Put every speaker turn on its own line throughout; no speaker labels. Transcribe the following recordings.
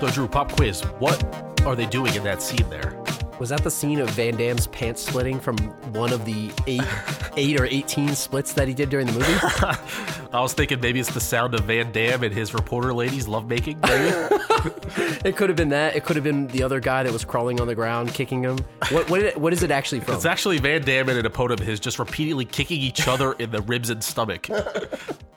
So, Drew, pop quiz. What are they doing in that scene there?
Was that the scene of Van Damme's pants splitting from one of the eight, eight or eighteen splits that he did during the movie?
I was thinking maybe it's the sound of Van Damme and his reporter ladies lovemaking. Maybe.
it could have been that. It could have been the other guy that was crawling on the ground, kicking him. What what, it, what is it actually from?
it's actually Van Damme and an opponent of his just repeatedly kicking each other in the ribs and stomach,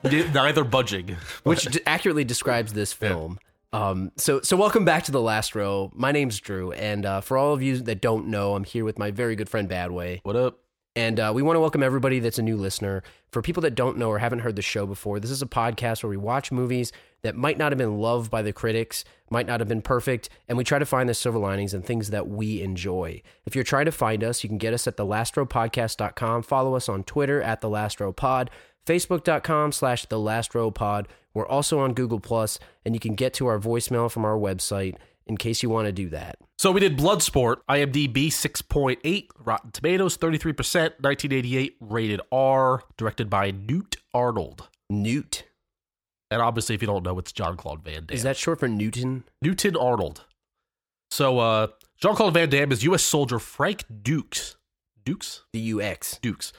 Ne- neither budging.
which d- accurately describes this film. Um, so, so welcome back to the last row. My name's Drew, and uh, for all of you that don't know, I'm here with my very good friend Badway,
What up?
and uh, we want to welcome everybody that's a new listener. For people that don't know or haven't heard the show before, this is a podcast where we watch movies that might not have been loved by the critics, might not have been perfect, and we try to find the silver linings and things that we enjoy. If you're trying to find us, you can get us at thelastrowpodcast.com. Follow us on Twitter at thelastrowpod facebook.com slash the last row pod we're also on google plus and you can get to our voicemail from our website in case you want to do that
So we did Bloodsport, IMDb 6.8, Rotten Tomatoes 33%, 1988, rated R, directed by Newt Arnold.
newt
And obviously, if you don't know, it's John Claude Van Damme.
is that short for newton
Newton Arnold. So, uh, John Claude Van Damme is U.S. soldier Frank Dukes. Dukes?
the ux
Dukes.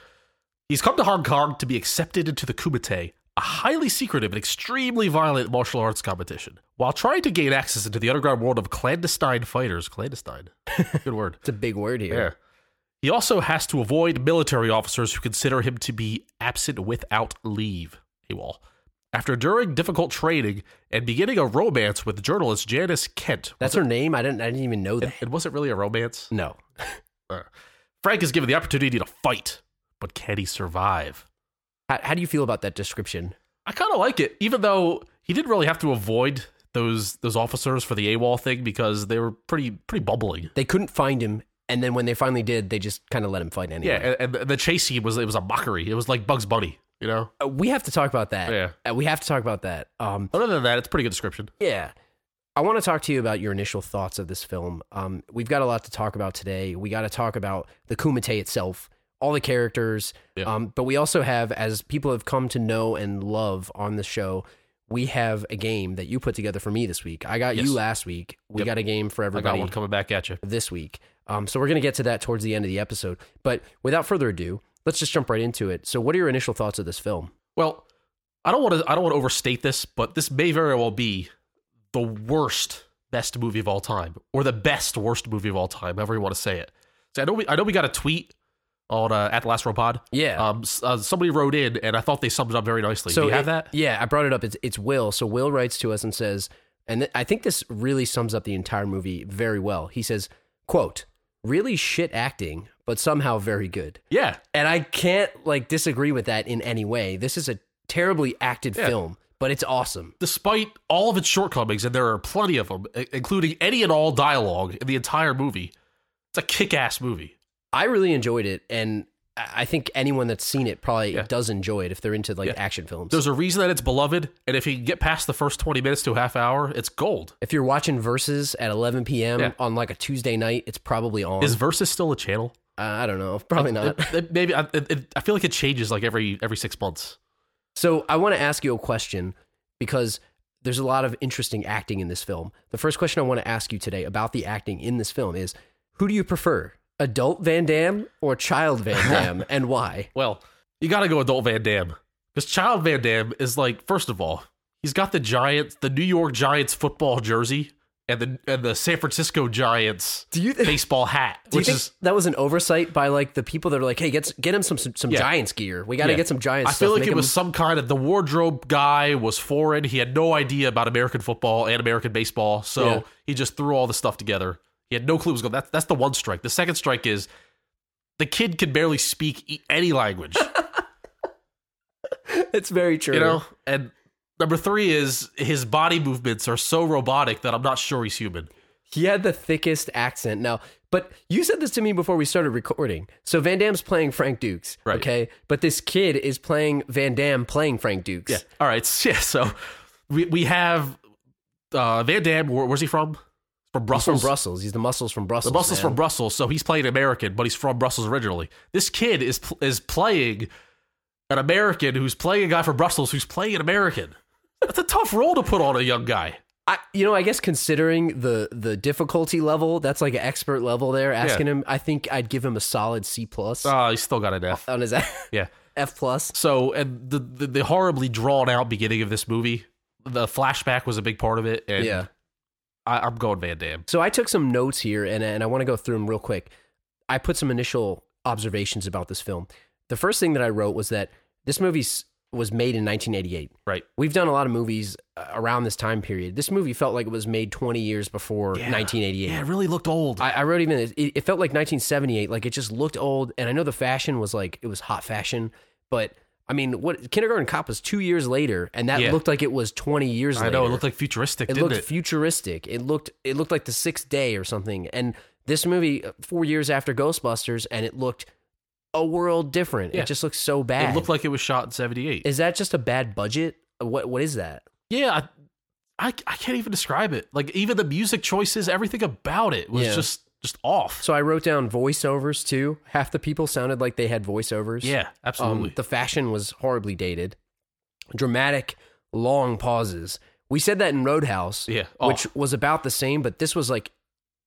He's come to Hong Kong to be accepted into the Kumite, a highly secretive and extremely violent martial arts competition. While trying to gain access into the underground world of clandestine fighters, clandestine, good word.
it's a big word here
Yeah. He also has to avoid military officers who consider him to be absent without leave. AWOL. After enduring difficult training and beginning a romance with journalist Janice Kent.
that's her name i didn't i didn't even know that
It, it wasn't really a romance.
no
Frank is given the opportunity to fight, but can he survive?
how, how do you feel about that description
I kind of like it, even though he didn't really have to avoid those those officers for the AWOL thing because they were pretty pretty bumbling.
they couldn't find him and then when they finally did they just kind of let him fight anyway
Yeah, and, and the chase scene was it was a mockery. It was like Bugs Bunny, you know.
Uh, we have to talk about that
Yeah.
Uh, we have to talk about that um
Other than that, it's a pretty good description.
Yeah. I want to talk to you about your initial thoughts of this film. Um, we've got a lot to talk about today. We got to talk about the Kumite itself, all the characters.
Yeah.
Um, but we also have, as people have come to know and love on the show, we have a game that you put together for me this week. I got
Yes.
you last week. We
Yep.
got a game for
I
everybody
got one coming back at you.
this week. Um, so we're going to get to that towards the end of the episode. But without further ado, let's just jump right into it. So, what are your initial thoughts of this film?
Well, I don't want to I don't want to overstate this, but this may very well be the worst best movie of all time, or the best worst movie of all time, however you want to say it. So I know we I know we got a tweet on uh, at the last robot.
Yeah.
Um, s- uh, somebody wrote in, and I thought they summed it up very nicely. Do you have
it-
that?
Yeah, I brought it up. It's, it's Will. So Will writes to us and says, and th- I think this really sums up the entire movie very well. He says, "quote Really shit acting, but somehow very good."
Yeah,
And I can't like disagree with that in any way. This is a terribly acted
Yeah.
film, but it's awesome.
despite all of its shortcomings, and there are plenty of them, i- including any and all dialogue in the entire movie. It's a kick-ass movie.
I really enjoyed it, and I I think anyone that's seen it probably
Yeah.
does enjoy it if they're into like
Yeah.
action films.
There's a reason that it's beloved, and if you can get past the first 20 minutes to a half hour, it's gold.
if you're watching Versus at 11 p.m.
Yeah.
on like a Tuesday night, it's probably on.
Is Versus still a channel?
I I don't know, probably not.
It- it- maybe I, it, it- I feel like it changes like every every six months.
So I want to ask you a question because there's a lot of interesting acting in this film. The first question I want to ask you today about the acting in this film is who do you prefer? Adult Van Damme or child Van Damme and why?
Well, you got to go adult Van Damme because Child Van Damme is like first of all, he's got the Giants, the New York Giants football jersey, and the and the San Francisco Giants
Do you, do
baseball hat,
you
which
think
is
that was an oversight by like the people that are like, hey, get, get him some some, some
Yeah.
Giants gear. We got to
Yeah.
get some Giants.
I feel
stuff,
like
make
it
him-
was some kind of the wardrobe guy was foreign. He had no idea about American football and American baseball, so
Yeah.
he just threw all the stuff together. He had no clue what was going. That's that's the one strike. The second strike is the kid can barely speak e- any language,
it's very true.
you know. And number three is his body movements are so robotic that I'm not sure he's human.
He had the thickest accent. Now, but you said this to me before we started recording. So Van Damme's playing Frank Dukes,
Right.
okay? But this kid is playing Van Damme playing Frank Dukes.
Yeah. All right. Yeah. So we we have uh, Van Damme. Where, where's he from? From
He's from
Brussels.
Brussels. He's the muscles from Brussels.
The Brussels
man.
from Brussels, so he's playing American, but he's from Brussels originally. This kid is pl- is playing an American who's playing a guy from Brussels who's playing an American. That's a tough role to put on a young guy.
I, you know, I guess considering the the difficulty level, that's like an expert level there. Asking him, I think I'd give him a solid C plus
Ah, he's still got an F.
on his
Yeah.
F plus.
So, and the, the the horribly drawn out beginning of this movie, the flashback was a big part of it. And
Yeah.
I, I'm going Van Damme.
So I took some notes here, and and I want to go through them real quick. I put some initial observations about this film. The first thing that I wrote was that this movie s- was made in 1988.
Right.
We've done a lot of movies uh, around this time period. This movie felt like it was made 20 years before
Yeah.
1988.
Yeah, it really looked old.
I, I wrote even it, it felt like 1978. Like it just looked old, and I know the fashion was like it was hot fashion, but I mean, what Kindergarten Cop was two years later, and that
Yeah.
looked like it was 20 years.
I
later.
know it looked like futuristic,
It
didn't
looked
it?
futuristic. It looked it looked like the sixth day or something. And this movie, uh, four years after Ghostbusters, and it looked a world different.
Yeah.
It just looked so bad.
It looked like it was shot in '78.
is that just a bad budget? What what is that?
yeah, I, I I can't even describe it. Like even the music choices, everything about it was
Yeah.
just just off.
So I wrote down voiceovers too. Half the people sounded like they had voiceovers.
yeah, absolutely.
Um, the fashion was horribly dated. Dramatic, long pauses. We said that in Roadhouse,
yeah, oh,
which was about the same, but this was like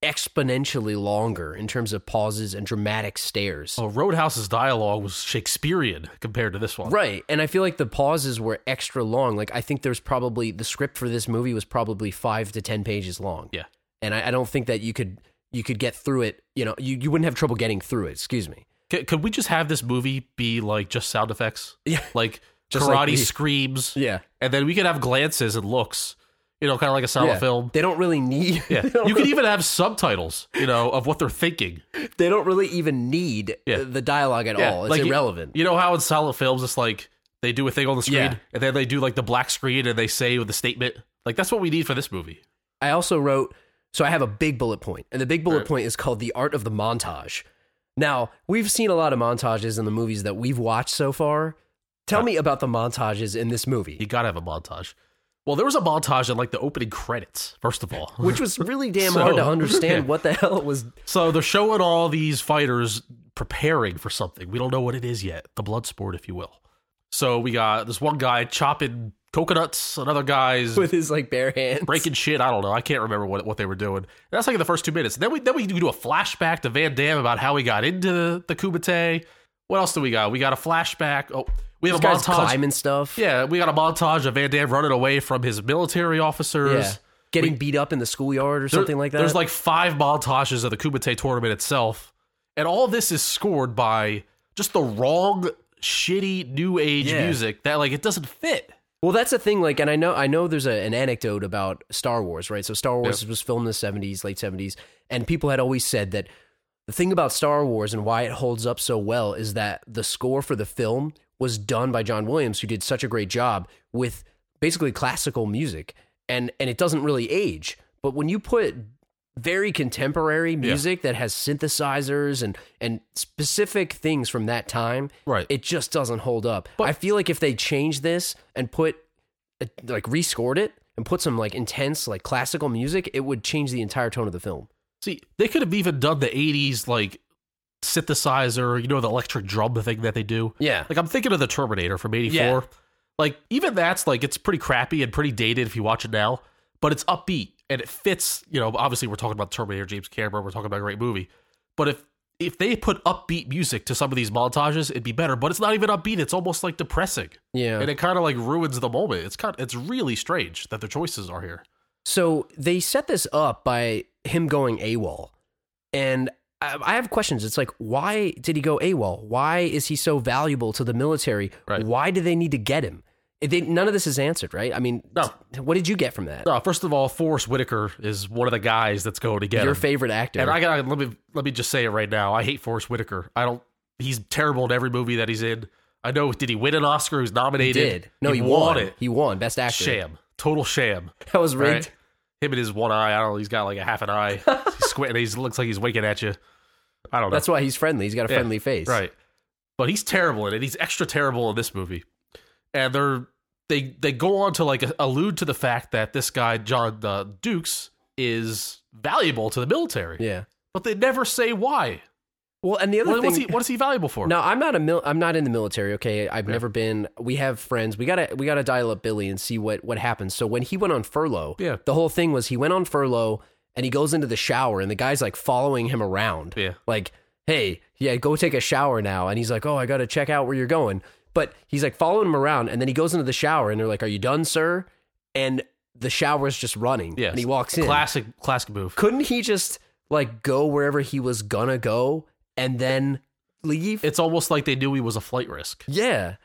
exponentially longer in terms of pauses and dramatic stares.
oh, Roadhouse's dialogue was Shakespearean compared to this one.
Right. And I feel like the pauses were extra long. Like, I think there's probably the script for this movie was probably five to 10 pages long.
Yeah.
And I, I don't think that you could. You could get through it, you know. You, you wouldn't have trouble getting through it. Excuse me.
C- could we just have this movie be like just sound effects?
Yeah.
Like
Just
karate
like the-
screams,
Yeah,
and then we could have glances and looks. You know, kind of like a silent
Yeah.
film.
They don't really need.
Yeah, you could even have subtitles. You know, of what they're thinking.
they don't really even need
Yeah.
the dialogue at
Yeah,
all. It's
like,
irrelevant.
You know how in silent films it's like they do a thing on the screen
Yeah.
and then they do like the black screen and they say with the statement. Like that's what we need for this movie.
I also wrote, so I have a big bullet point, and the big bullet
Right.
point is called the art of the montage. Now we've seen a lot of montages in the movies that we've watched so far. Tell me about the montages in this
You
movie,
gotta have a montage. Well, there was a montage in like the opening credits, first of all.
which was really damn
So-
hard to understand
yeah.
what the hell it was.
so they're showing all these fighters preparing for something. We don't know what it is yet. The blood sport, if you will. So we got this one guy chopping coconuts, another guy's
With his like bare hands,
breaking shit. I don't know. I can't remember what, what they were doing. And that's like in the first two minutes. Then we then we do a flashback to Van Damme about how he got into the, the Kumite. What else do we got? We got a flashback. Oh, we have
this
a
guy's
montage.
climbing stuff.
Yeah, we got a montage of Van Damme running away from his military
Yeah.
officers.
getting beat up in the schoolyard or
There-
something like that.
There's like five montages of the Kumite tournament itself. And all this is scored by just the wrong, shitty new age
Yeah.
music that like it doesn't fit.
Well, that's the thing. Like, and I know, I know, there's a, an anecdote about Star Wars, right? So Star Wars was filmed in the '70s, late '70s, and people had always said that the thing about Star Wars and why it holds up so well is that the score for the film was done by John Williams, who did such a great job with basically classical music, and and it doesn't really age. But when you put very contemporary music that has synthesizers and and specific things from that time,
Right.
it just doesn't hold up.
But-
I feel like if they changed this and put uh, like rescored it and put some like intense like classical music, it would change the entire tone of the film.
See, they could have even done the 80s like synthesizer, you know, the electric drum thing that they do.
Yeah.
Like I'm thinking of the Terminator from 84.
Yeah.
Like even that's like it's pretty crappy and pretty dated if you watch it now, but it's upbeat and it fits, you know, obviously we're talking about Terminator James Cameron, we're talking about a great movie. But if if they put upbeat music to some of these montages, it'd be better, but it's not even upbeat, it's almost like depressing.
Yeah.
And it kind of like ruins the moment. It's kind it's really strange that the choices are here.
So they set this up by him going AWOL. And I I have questions. It's like, why did he go AWOL? Why is he so valuable to the military?
Right.
Why do they need to get him? They, none of this is answered, right? I mean,
No.
what did you get from that?
No, Uh, first of all, Forrest Whitaker is one of the guys that's going to get
Your
him.
favorite actor.
And I gotta let me let me just say it right now. I hate Forrest Whitaker. I don't. He's terrible in every movie that he's in. I know. Did he win an Oscar? He was
he
nominated.
did. No, he,
won,
won.
it.
He won Best Actor.
Sham. Total sham.
That was
Right?
rigged.
Him and his one eye. I don't know. He's got like a half an eye. he's squinting. He looks like he's winking at you. I don't know.
That's why he's friendly. He's got a
Yeah,
friendly face.
Right. But he's terrible in it. He's extra terrible in this movie. And they're they they go on to like allude to the fact that this guy John uh, Dukes is valuable to the military,
Yeah.
but they never say why.
Well, and the other
What,
thing,
what's he, what is he valuable for?
No, I'm not a mil- I'm not in the military. Okay, I've never been. We have friends. We gotta we gotta dial up Billy and see what what happens. So when he went on furlough,
Yeah.
the whole thing was he went on furlough and he goes into the shower and the guy's like following him around.
Yeah.
like hey, yeah, go take a shower now. And he's like, oh, I gotta check out where you're going. But he's like following him around, and then he goes into the shower, and they're like, "Are you done, sir?" And the shower's just running.
Yes.
and he walks in
Classic, classic move.
couldn't he just like go wherever he was gonna go and then leave?
It's almost like they knew he was a flight risk.
yeah.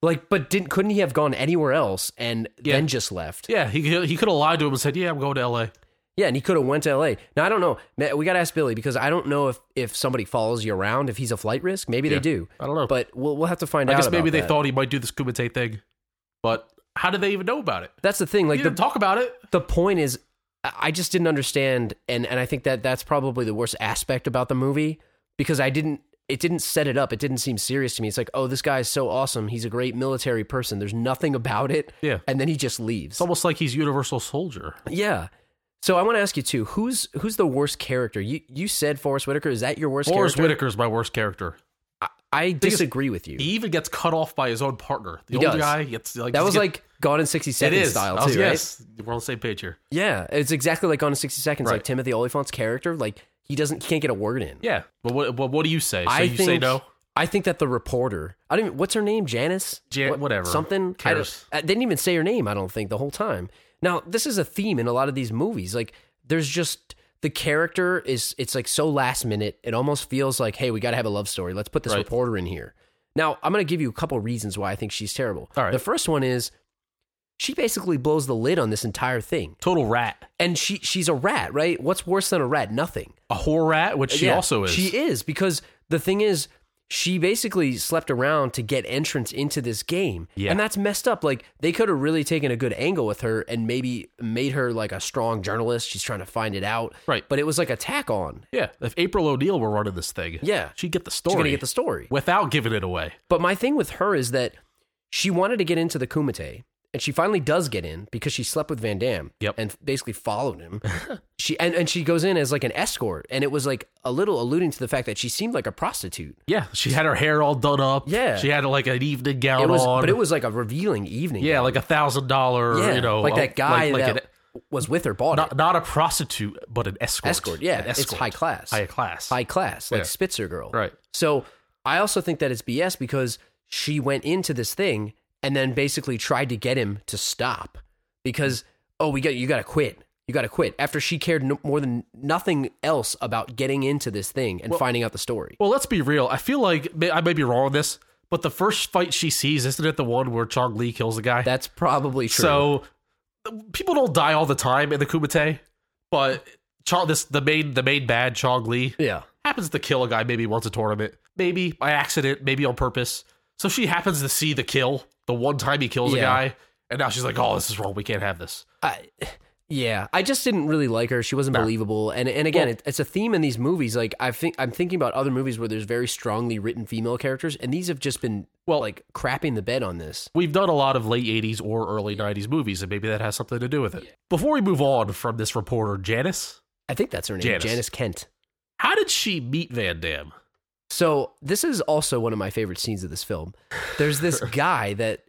Like, but didn't couldn't he have gone anywhere else and
Yeah.
then just left?
Yeah, he could- he could have lied to him and said, "Yeah, I'm going to L.A."
Yeah, and he could have went to L.A. Now I don't know. Ma- We gotta ask Billy because I don't know if if somebody follows you around if he's a flight risk. Maybe
Yeah.
they do,
I don't know.
but we'll we'll have to find
I
out.
guess maybe
about
they
that.
thought he might do this Kumite thing, but how did they even know about it?
that's the thing.
He
Like the
didn't talk about it.
the point is i I just didn't understand and and i think that that's probably the worst aspect about the movie because i didn't it didn't set it up it didn't seem serious to me it's like oh this guy is so awesome he's a great military person there's nothing about it
Yeah.
and then he just leaves
It's almost like he's Universal Soldier.
yeah so i want to ask you too who's who's the worst character you you said forrest whitaker is that your worst
Forrest
character
Whitaker's my worst character.
i disagree with you
He even gets cut off by his own partner. The
He
older
does.
guy gets like
that
just
was
get-
like gone in 60
it
seconds
is
style
I was-
too right?
yes, we're on the same page here.
yeah it's exactly like gone in 60 seconds like
Right.
timothy oliphant's character like he doesn't he can't get a word in
Yeah, but what what, what do you say? So you say no?
I think that the reporter. I don't. Even, what's her name? Janice.
Jan- whatever.
Something. I,
Cares.
don't- I didn't even say her name. I don't think the whole time. Now this is a theme in a lot of these movies. Like there's just the character is. It's like so last minute. It almost feels like, hey, we got to have a love story. Let's put this
Right.
reporter in here. Now I'm going to give you a couple reasons why I think she's terrible.
All right.
The first one is she basically blows the lid on this entire thing,
Total rat,
and she she's a rat, right? What's worse than a rat? Nothing.
a whore rat, which she
Yeah,
also is.
She is because the thing is, she basically slept around to get entrance into this game,
Yeah.
and that's messed up. Like they could have really taken a good angle with her and maybe made her like a strong journalist. She's trying to find it out,
Right.
But it was like a tack on.
yeah, if April O'Neil were running this thing,
Yeah.
she'd get the
She's
story
gonna get the story.
without giving it away.
But my thing with her is that she wanted to get into the Kumite, and she finally does get in because she slept with Van Damme
Yep.
and basically followed him. she and, and she goes in as like an escort, and it was like a little alluding to the fact that she seemed like a prostitute.
Yeah, she had her hair all done up.
Yeah.
she had like an evening gown
It was,
on.
but it was like a revealing evening.
yeah, like a thousand dollar.
yeah,
you know,
like
uh,
that guy
like, like
that
an,
was with her bought
not
it.
not a prostitute, but an escort.
Escort, yeah,
An
it's high class,
high class.
high class, like
Yeah.
Spitzer girl,
Right.
So I also think that it's BS because she went into this thing and then basically tried to get him to stop because oh we got you got to quit. You got to quit after she cared no, more than nothing else about getting into this thing and finding out the story.
Well, let's be real. I feel like may- I may be wrong on this, but the first fight she sees isn't it the one where Chong Li kills the guy?
That's probably true.
So people don't die all the time in the Kumite, but Chong, this the main the main bad Chong Li
yeah,
happens to kill a guy maybe once a tournament, maybe by accident, maybe on purpose. So she happens to see the kill the one time he kills a
Yeah.
guy, and now she's like, "Oh, this is wrong. We can't have this."
I, yeah, I just didn't really like her. She wasn't believable, and and again,
Well-
it, it's a theme in these movies. Like I think I'm thinking about other movies where there's very strongly written female characters, and these have just been well, like crapping the bed on this.
We've done a lot of late 80s or early 90s movies, and maybe that has something to do with it. Before we move on from this reporter, Janice,
I think that's her name,
Janice.
Janice, Kent.
how did she meet Van Damme?
So this is also one of my favorite scenes of this film. There's this guy that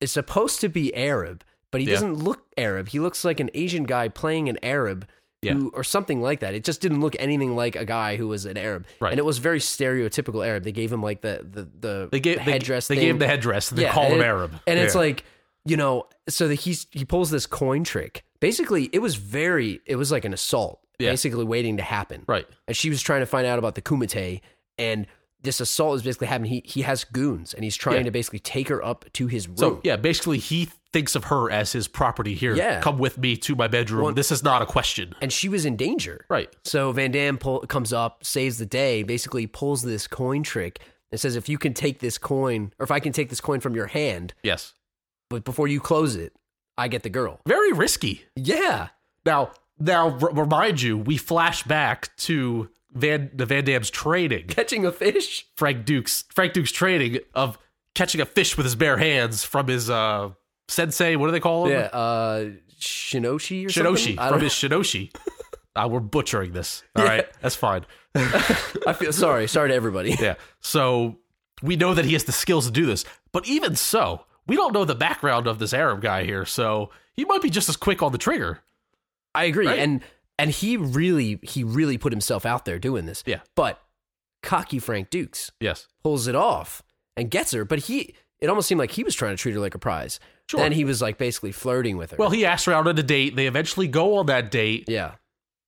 is supposed to be Arab, but he
Yeah.
doesn't look Arab. He looks like an Asian guy playing an Arab.
Yeah.
Who, or something like that. It just didn't look anything like a guy who was an Arab,
Right.
and it was very stereotypical Arab. They gave him like the the the,
They gave
the
they-
headdress.
They,
thing.
gave him the headdress. And they
Yeah,
call
and
him
it-
Arab,
and it's
Yeah.
like you know, so that he's he pulls this coin trick. Basically, it was very it was like an assault,
Yeah.
basically waiting to happen
right.
and she was trying to find out about the kumite and this assault is basically happening he, he has goons and he's trying
Yeah.
to basically take her up to his room
So yeah, basically he thinks of her as his property here.
Yeah.
Come with me to my bedroom.
Well-
this is not a question.
and she was in danger
Right.
so van damme pull, comes up saves the day basically pulls this coin trick and says if you can take this coin or if i can take this coin from your hand
Yes.
but before you close it i get the girl
Very risky.
yeah
Now now r- remind you, we flash back to Van the Van Damme's training.
catching a fish
Frank Duke's Frank Duke's training of catching a fish with his bare hands from his uh sensei, what do they call him?
yeah uh shinoshi or
Shinoshi.
something I
From
don't-
his Shinoshi. Uh, we're butchering this. All right, that's fine.
I feel sorry. Sorry to everybody.
Yeah. So we know that he has the skills to do this, but even so, we don't know the background of this Arab guy here, so he might be just as quick on the trigger.
I agree.
Right?
And and he really he really put himself out there doing this.
Yeah.
But cocky Frank Dukes
Yes.
pulls it off and gets her, but he it almost seemed like he was trying to treat her like a prize.
Sure.
Then he was like basically flirting with her.
Well, he asks her out on a date. They eventually go on that date
yeah.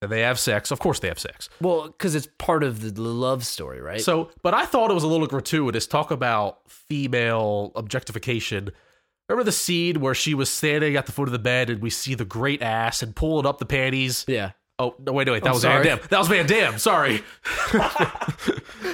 and they have sex. Of course, they have sex.
Well, because it's part of the love story, right?
So, but I thought it was a little gratuitous. Talk about female objectification. Remember the scene where she was standing at the foot of the bed and we see the great ass and pulling up the panties?
yeah.
Oh, no, wait, no, wait. That
I'm
was
sorry.
Van Damme. That was Van Damme. Sorry.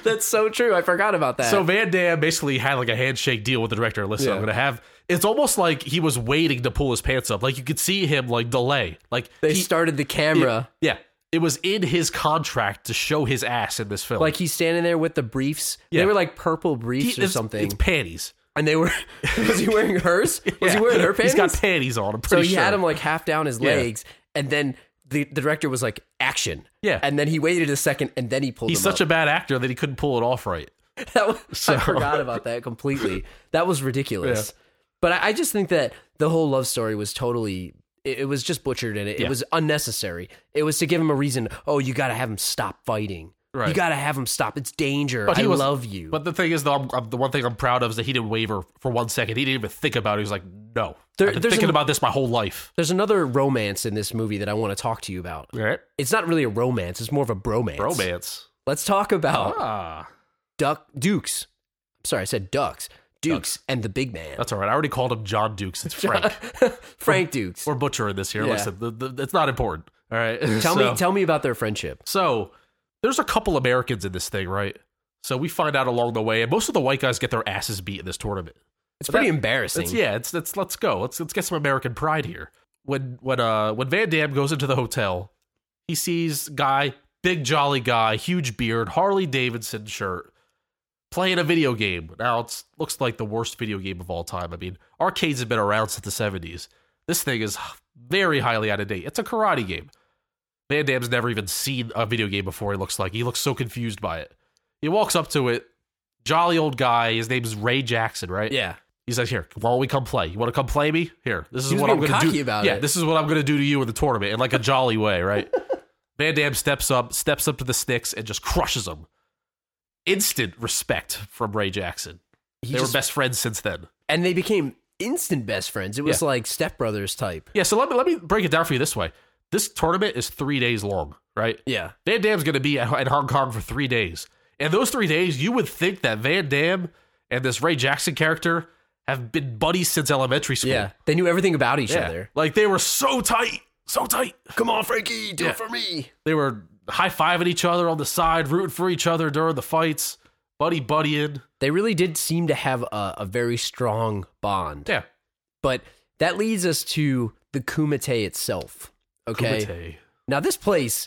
That's so true. I forgot about that.
So Van Damme basically had like a handshake deal with the director. Listen, I'm
Yeah.
gonna have. It's almost like he was waiting to pull his pants up. Like you could see him like delay. Like
they
he-
started the camera.
Yeah, it was in his contract to show his ass in this film.
like he's standing there with the briefs.
Yeah.
They were like purple briefs
He-
or
it's-
something.
It's panties.
and they were was he wearing hers? Was he
Yeah.
wearing her panties?
He's got panties on. I'm
So
pretty
he
sure.
had him like half down his
Yeah.
legs, and then the, the director was like, "Action!"
Yeah.
and then he waited a second, and then he pulled.
He's
him
such a bad actor that he couldn't pull it off right.
up. That was, I forgot about that completely. That was ridiculous. But I, I just think that the whole love story was totally. It, it was just butchered, and it,
Yeah.
it was unnecessary. It was to give him a reason. Oh, you got to have him stop fighting.
Right.
You got to have him stop. It's danger.
But he
I
was-
love you.
But the thing is, though, I'm, I'm, the one thing I'm proud of is that he didn't waver for one second. He didn't even think about it. He was like, "No,
There-
I've been
there's
thinking
an-
about this my whole life."
There's another romance in this movie that I want to talk to you about.
All right,
It's not really a romance. It's more of a bromance.
romance.
Let's talk about
Ah,
Duck Dukes. I'm sorry, I said Ducks. Dukes and the big man.
that's all right. I already called him John Dukes. It's Frank.
Frank Dukes.
We're butchering this here.
Yeah.
Listen, the, the, it's not important. All right.
Tell
so,
me tell me about their friendship.
so there's a couple Americans in this thing, right? So we find out along the way, and most of the white guys get their asses beat in this tournament.
It's
But
pretty
that-
embarrassing.
It's, yeah, it's, it's let's go. Let's let's get some American pride here. When when uh when Van Damme goes into the hotel, he sees guy, big jolly guy, huge beard, Harley Davidson shirt, playing a video game. Now it's looks like the worst video game of all time. I mean, arcades have been around since the seventies. This thing is very highly out of date. It's a karate game. Van Damme's never even seen a video game before. He looks like he looks so confused by it. He walks up to it. Jolly old guy. His name's Ray Jackson, right?
Yeah.
He's like, here, why don't we come play? You want to come play me? Here, this is
He was
what I'm
being
going to
cocky
do.
about
yeah,
it.
this is what I'm going to do to you in the tournament in like a jolly way, right? Van Dam steps up, steps up to the sticks, and just crushes him. Instant respect from Ray Jackson.
He
they
just-
were best friends since then.
And they became instant best friends. It was like stepbrothers type.
Yeah, so let me let me break it down for you this way. This tournament is three days long, right?
Yeah.
Van Damme's going to be at- in Hong Kong for three days. And those three days, you would think that Van Dam and this Ray Jackson character have been buddies since elementary school.
Yeah. They knew everything about each
Yeah.
other.
Like they were so tight, so tight.
Come on, Frankie, do
Yeah.
it for me.
They were high fiving each other on the side, rooting for each other during the fights, buddy buddying.
They really did seem to have a, a very strong bond.
Yeah.
But that leads us to the Kumite itself. Okay.
Kumite.
Now this place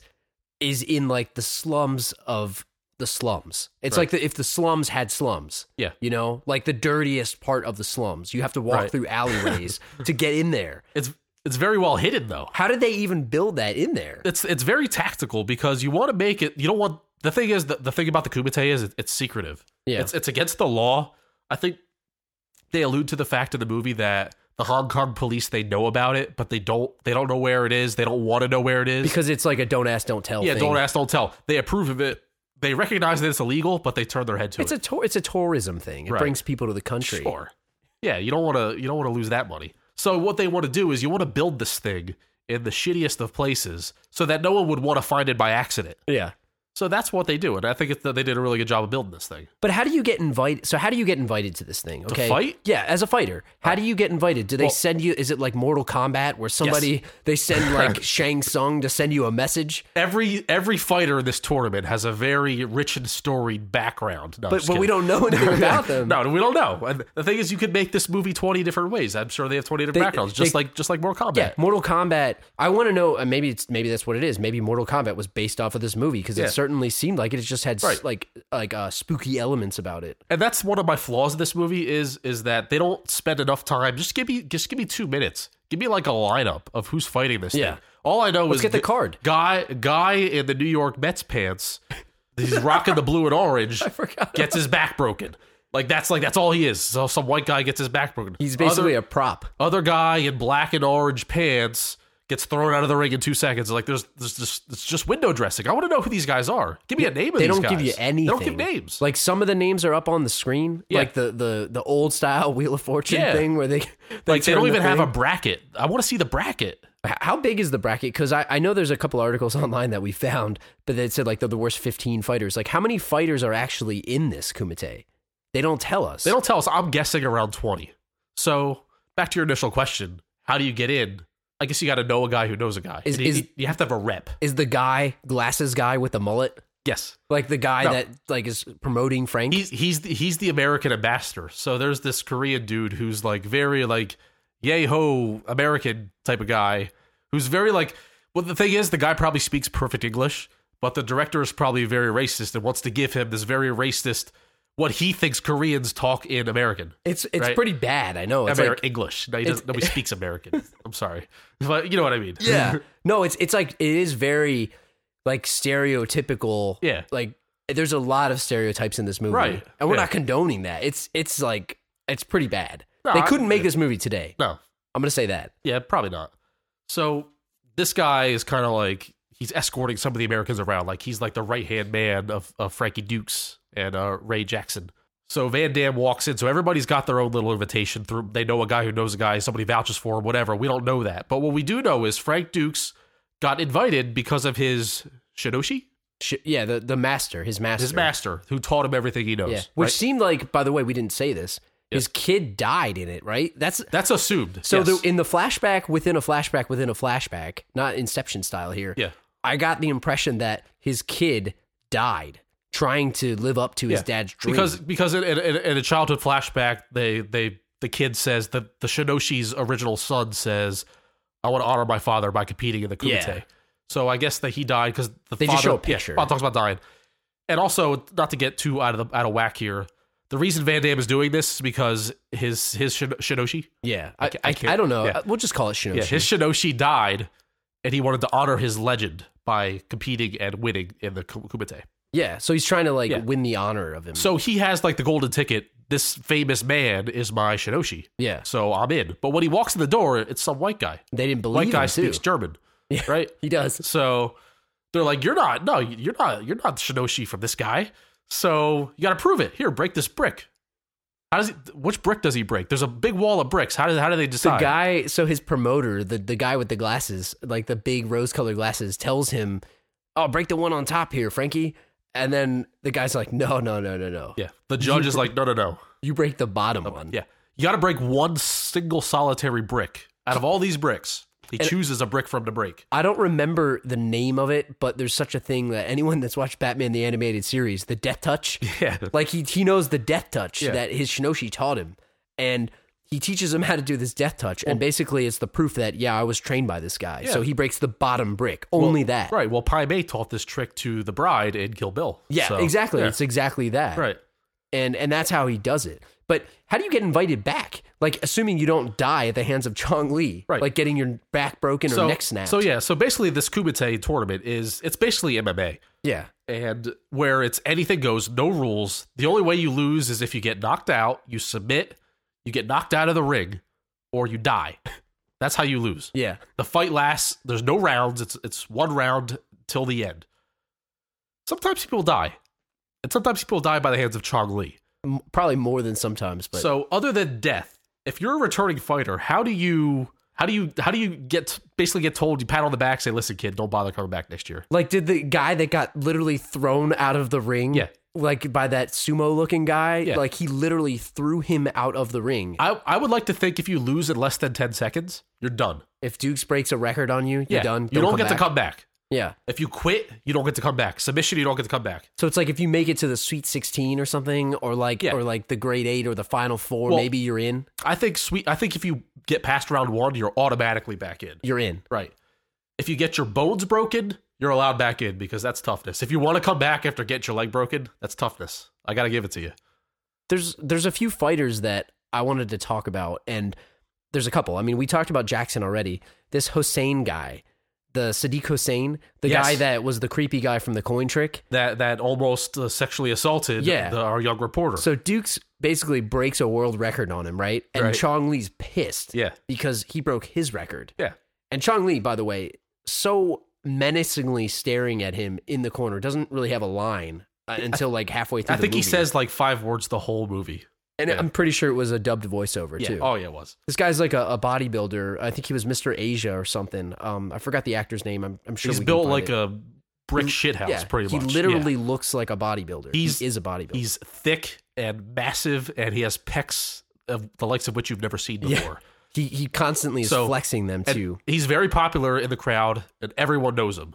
is in like the slums of the slums. It's
Right.
like the, if the slums had slums.
Yeah.
You know, like the dirtiest part of the slums. You have to walk
Right.
through alleyways to get in there.
It's it's very well hidden though.
How did they even build that in there?
It's it's very tactical because you want to make it. You don't want the thing is the, the thing about the Kumite is it, it's secretive.
Yeah.
It's it's against the law. I think they allude to the fact in the movie that the Hong Kong police they know about it, but they don't they don't know where it is. They don't want to know where it is.
because it's like a don't ask, don't tell.
Yeah,
thing.
don't ask, don't tell. They approve of it. They recognize that it's illegal, but they turn their head to
It's
it.
a tour it's a tourism thing. It
Right.
brings people to the country.
sure. Yeah, you don't want to you don't want to lose that money. So what they want to do is you want to build this thing in the shittiest of places so that no one would want to find it by accident.
Yeah.
So that's what they do, and I think it's that they did a really good job of building this thing.
But how do you get invited? So how do you get invited to this thing? Okay,
fight?
Yeah, as a fighter, how do you get invited? Do they
Well-
send you? Is it like Mortal Kombat where somebody they send like Shang Tsung to send you a message?
Every every fighter in this tournament has a very rich and storied background. No, I'm
But
just
but we
kidding.
don't know anything about them.
No, we don't know. And the thing is, you could make this movie twenty different ways. I'm sure they have twenty different
They-
backgrounds, just
they-
like just like Mortal Kombat.
Yeah, Mortal Kombat. I want to know. uh, Maybe it's maybe that's what it is. Maybe Mortal Kombat was based off of this movie because
Yeah.
it certainly seemed like it just had s-
Right.
like like uh, spooky elements about it.
and that's one of my flaws of this movie is is that they don't spend enough time. Just give me just give me two minutes. Give me like a lineup of who's fighting this
Yeah.
thing. All I know
Let's
is
get the
th-
card.
guy guy in the New York Mets pants. He's rocking the blue and orange.
forgot
Gets his back broken. Like that's like that's all he is. So some white guy gets his back broken.
He's basically
other,
a prop.
other guy in black and orange pants gets thrown out of the ring in two seconds. Like there's there's just it's just window dressing. I want to know who these guys are. Give me a name of
They
these
don't give
guys.
you anything.
They don't give names.
Like some of the names are up on the screen,
Yeah.
like the, the the old style Wheel of Fortune
Yeah.
thing where they they,
Like they
turn
don't
the
even have
thing.
a bracket. I want to see the bracket.
H- How big is the bracket? Because I, I know there's a couple articles online that we found, but it said like they're the worst 15 fighters. Like how many fighters are actually in this kumite? They don't tell us.
They don't tell us. I'm guessing around 20. So back to your initial question: How do you get in? I guess you got to know a guy who knows a guy.
Is-
you,
is-
you- you have to have a rep.
Is the guy glasses guy with the mullet
Yes,
like the guy
No.
that like is promoting Frank?
he's he's the, he's the American ambassador. So there's this Korean dude who's like very like yay ho American type of guy who's very like. Well, the thing is, the guy probably speaks perfect English, but the director is probably very racist and wants to give him this very racist what he thinks Koreans talk in American.
it's it's
right.
pretty bad. I know. It's
Ameri-
like,
English. No, he doesn't, nobody speaks American. I'm sorry, but you know what I mean.
yeah. no, it's it's like it is very like stereotypical.
Yeah.
Like there's a lot of stereotypes in this movie,
Right.
And we're
Yeah.
not condoning that. It's it's like it's pretty bad.
No,
they
I-
couldn't make this movie today.
no,
I'm gonna say that.
yeah, probably not. So this guy is kind of like he's escorting some of the Americans around, like he's like the right hand man of, of Frankie Dukes and uh, Ray Jackson. So Van Dam walks in. So everybody's got their own little invitation. Through they know a guy who knows a guy. Somebody vouches for him. Whatever. We don't know that, but what we do know is Frank Dukes got invited because of his Shidoshi,
Sh- yeah, the the master, his master,
his master, who taught him everything he knows.
Yeah, which
right?
seemed like, by the way, we didn't say this. His kid died in it, right? That's
That's assumed.
so.
yes.
The, in the flashback, within a flashback, within a flashback, not Inception style here.
yeah.
I got the impression that his kid died trying to live up to his
Yeah.
dad's dream.
Because because in, in, in a childhood flashback, they they the kid says that the Shinoshi's original son says, "I want to honor my father by competing in the kumite."
Yeah.
So I guess that he died because the
They
father,
just show a
yeah,
picture.
father talks about dying, and also not to get too out of the out of whack here. The reason Van Damme is doing this is because his his Shin- Shinoshi,
yeah, I, I,
ca- I
I,
can't-
don't know.
yeah.
Uh, We'll just call it Shinoshi.
yeah, his Shinoshi died, and he wanted to honor his legend by competing and winning in the ku- kumite.
Yeah, so he's trying to like
Yeah.
win the honor of him.
So he has like the golden ticket. This famous man is my Shinoshi.
yeah,
So I'm in. But when he walks in the door, it's some white guy.
they didn't believe
White guy
him,
speaks
too.
German,
Yeah.
right?
He does.
So they're like, "You're not. No, you're not. You're not Shinoshi from this guy. So you got to prove it. Here, break this brick. How does he? Which brick does he break? There's a big wall of bricks. How do how do they
The
decide?
guy, so his promoter, the the guy with the glasses, like the big rose colored glasses, tells him, "Oh, break the one on top here, Frankie." And then the guy's like, "No, no, no, no, no.
yeah, the judge is like, "No, no, no.
You break the bottom one."
Yeah, you got to break one single solitary brick out of all these bricks. He chooses a brick from to break.
I don't remember the name of it, but there's such a thing that anyone that's watched Batman the animated series, the Death Touch,
Yeah,
like he he knows the Death Touch
Yeah.
that his Shinoshi taught him, and he teaches him how to do this Death Touch, and basically it's the proof that yeah, I was trained by this guy. So
Yeah.
he breaks the bottom brick, only that.
right. Well, Pai Mei taught this trick to the bride in Kill Bill.
Yeah,
So-
exactly.
yeah,
It's exactly that.
right.
and and that's how he does it. But how do you get invited back? Like assuming you don't die at the hands of Chong Li,
Right.
Like getting your back broken or
so,
neck snapped.
So yeah, so basically this Kumite tournament is it's basically MMA
yeah,
and where it's anything goes, no rules. The only way you lose is if you get knocked out, you submit, you get knocked out of the ring, or you die. That's how you lose.
yeah.
The fight lasts, there's no rounds, it's it's one round till the end. Sometimes people die. And sometimes people die by the hands of Chong Li.
M- Probably more than sometimes, but
So other than death, if you're a returning fighter, how do you how do you how do you get basically get told you pat on the back say listen kid don't bother coming back next year?
like, did the guy that got literally thrown out of the ring?
Yeah.
Like by that sumo looking guy,
Yeah.
like he literally threw him out of the ring.
I I would like to think if you lose in less than 10 seconds, you're done.
if Dukes breaks a record on you, you're
Yeah.
done.
You don't
come
get to
back.
come back.
Yeah.
If you quit, you don't get to come back. Submission, you don't get to come back.
So it's like if you make it to the Sweet 16 or something, or like,
Yeah.
or like the Grade 8 or the Final Four,
Well-
maybe you're in.
I think sweet I think if you get past round 1, you're automatically back in.
You're in.
Right. If you get your bones broken, you're allowed back in because that's toughness. If you want to come back after getting your leg broken, that's toughness. I got to give it to you.
there's there's a few fighters that I wanted to talk about, and there's a couple. I mean, we talked about Jackson already. This Hossein guy, the Sadiq Hussein, the
Yes.
guy that was the creepy guy from the coin trick.
that that almost uh, sexually assaulted
Yeah.
the, our young reporter.
So Dukes basically breaks a world record on him, right? And
Right.
Chong Lee's pissed
yeah,
because he broke his record.
yeah,
And Chong Lee, by the way, so menacingly staring at him in the corner, doesn't really have a line uh, until like halfway through.
I
the
think he
movie.
says like five words the whole movie.
and
yeah.
I'm pretty sure it was a dubbed voiceover
Yeah.
too.
Oh yeah, it was.
This guy's like a, a bodybuilder. I think he was Mr. Asia or something. Um, I forgot the actor's name. I'm, I'm sure
He's
we can
built
find
like
it.
a brick shit house,
Yeah,
pretty
he
much.
literally
Yeah.
looks like a bodybuilder.
He's-
he is a bodybuilder.
he's thick and massive, and he has pecs of the likes of which you've never seen
Yeah.
before.
he he constantly is
So-
flexing them
And
too.
he's very popular in the crowd, and everyone knows him.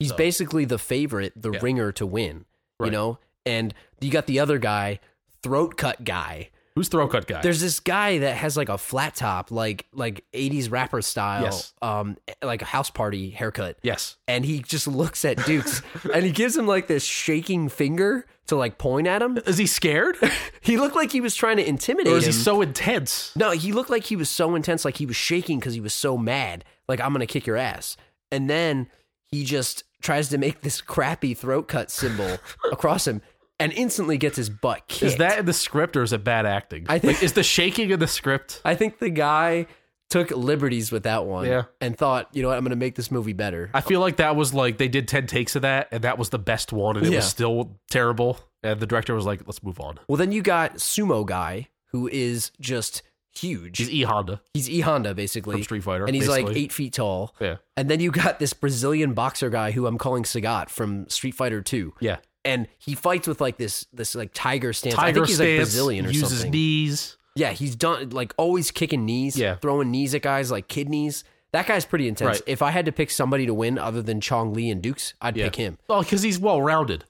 He's
so-
basically the favorite, the
Yeah.
ringer to win. You
Right.
know, and you got the other guy, throat cut guy.
Who's throw cut guy?
There's this guy that has like a flat top, like like 80s rapper style,
Yes.
um, like a house party haircut.
yes,
and he just looks at Dukes and he gives him like this shaking finger to like point at him.
is he scared,
He looked like he was trying to intimidate
or is he
him.
so intense?
no, he looked like he was so intense, like he was shaking because he was so mad. Like I'm gonna kick your ass, and then he just tries to make this crappy throat cut symbol across him, and instantly gets his butt kicked.
Is that in the script, or is it bad acting?
I think-
like, is the shaking in the script?
I think the guy took liberties with that one,
Yeah.
and thought, you know what, I'm gonna make this movie better.
I feel like that was like they did ten takes of that, and that was the best one, and it
Yeah.
was still terrible. And the director was like, "Let's move on."
well, then you got Sumo Guy, who is just huge.
He's E Honda
He's E Honda basically,
from Street Fighter,
and he's like
basically.
eight feet tall.
Yeah,
And then you got this Brazilian boxer guy who I'm calling Sagat from Street Fighter Two,
yeah.
and he fights with like this this like tiger stance. I
Tiger
think he's
stance,
like Brazilian or
uses
something.
knees.
yeah, he's done like always kicking knees,
Yeah.
throwing knees at guys like kidneys. That guy's pretty intense.
Right.
If I had to pick somebody to win other than Chong Lee and Dukes, I'd
Yeah.
pick him.
Oh, because he's well rounded.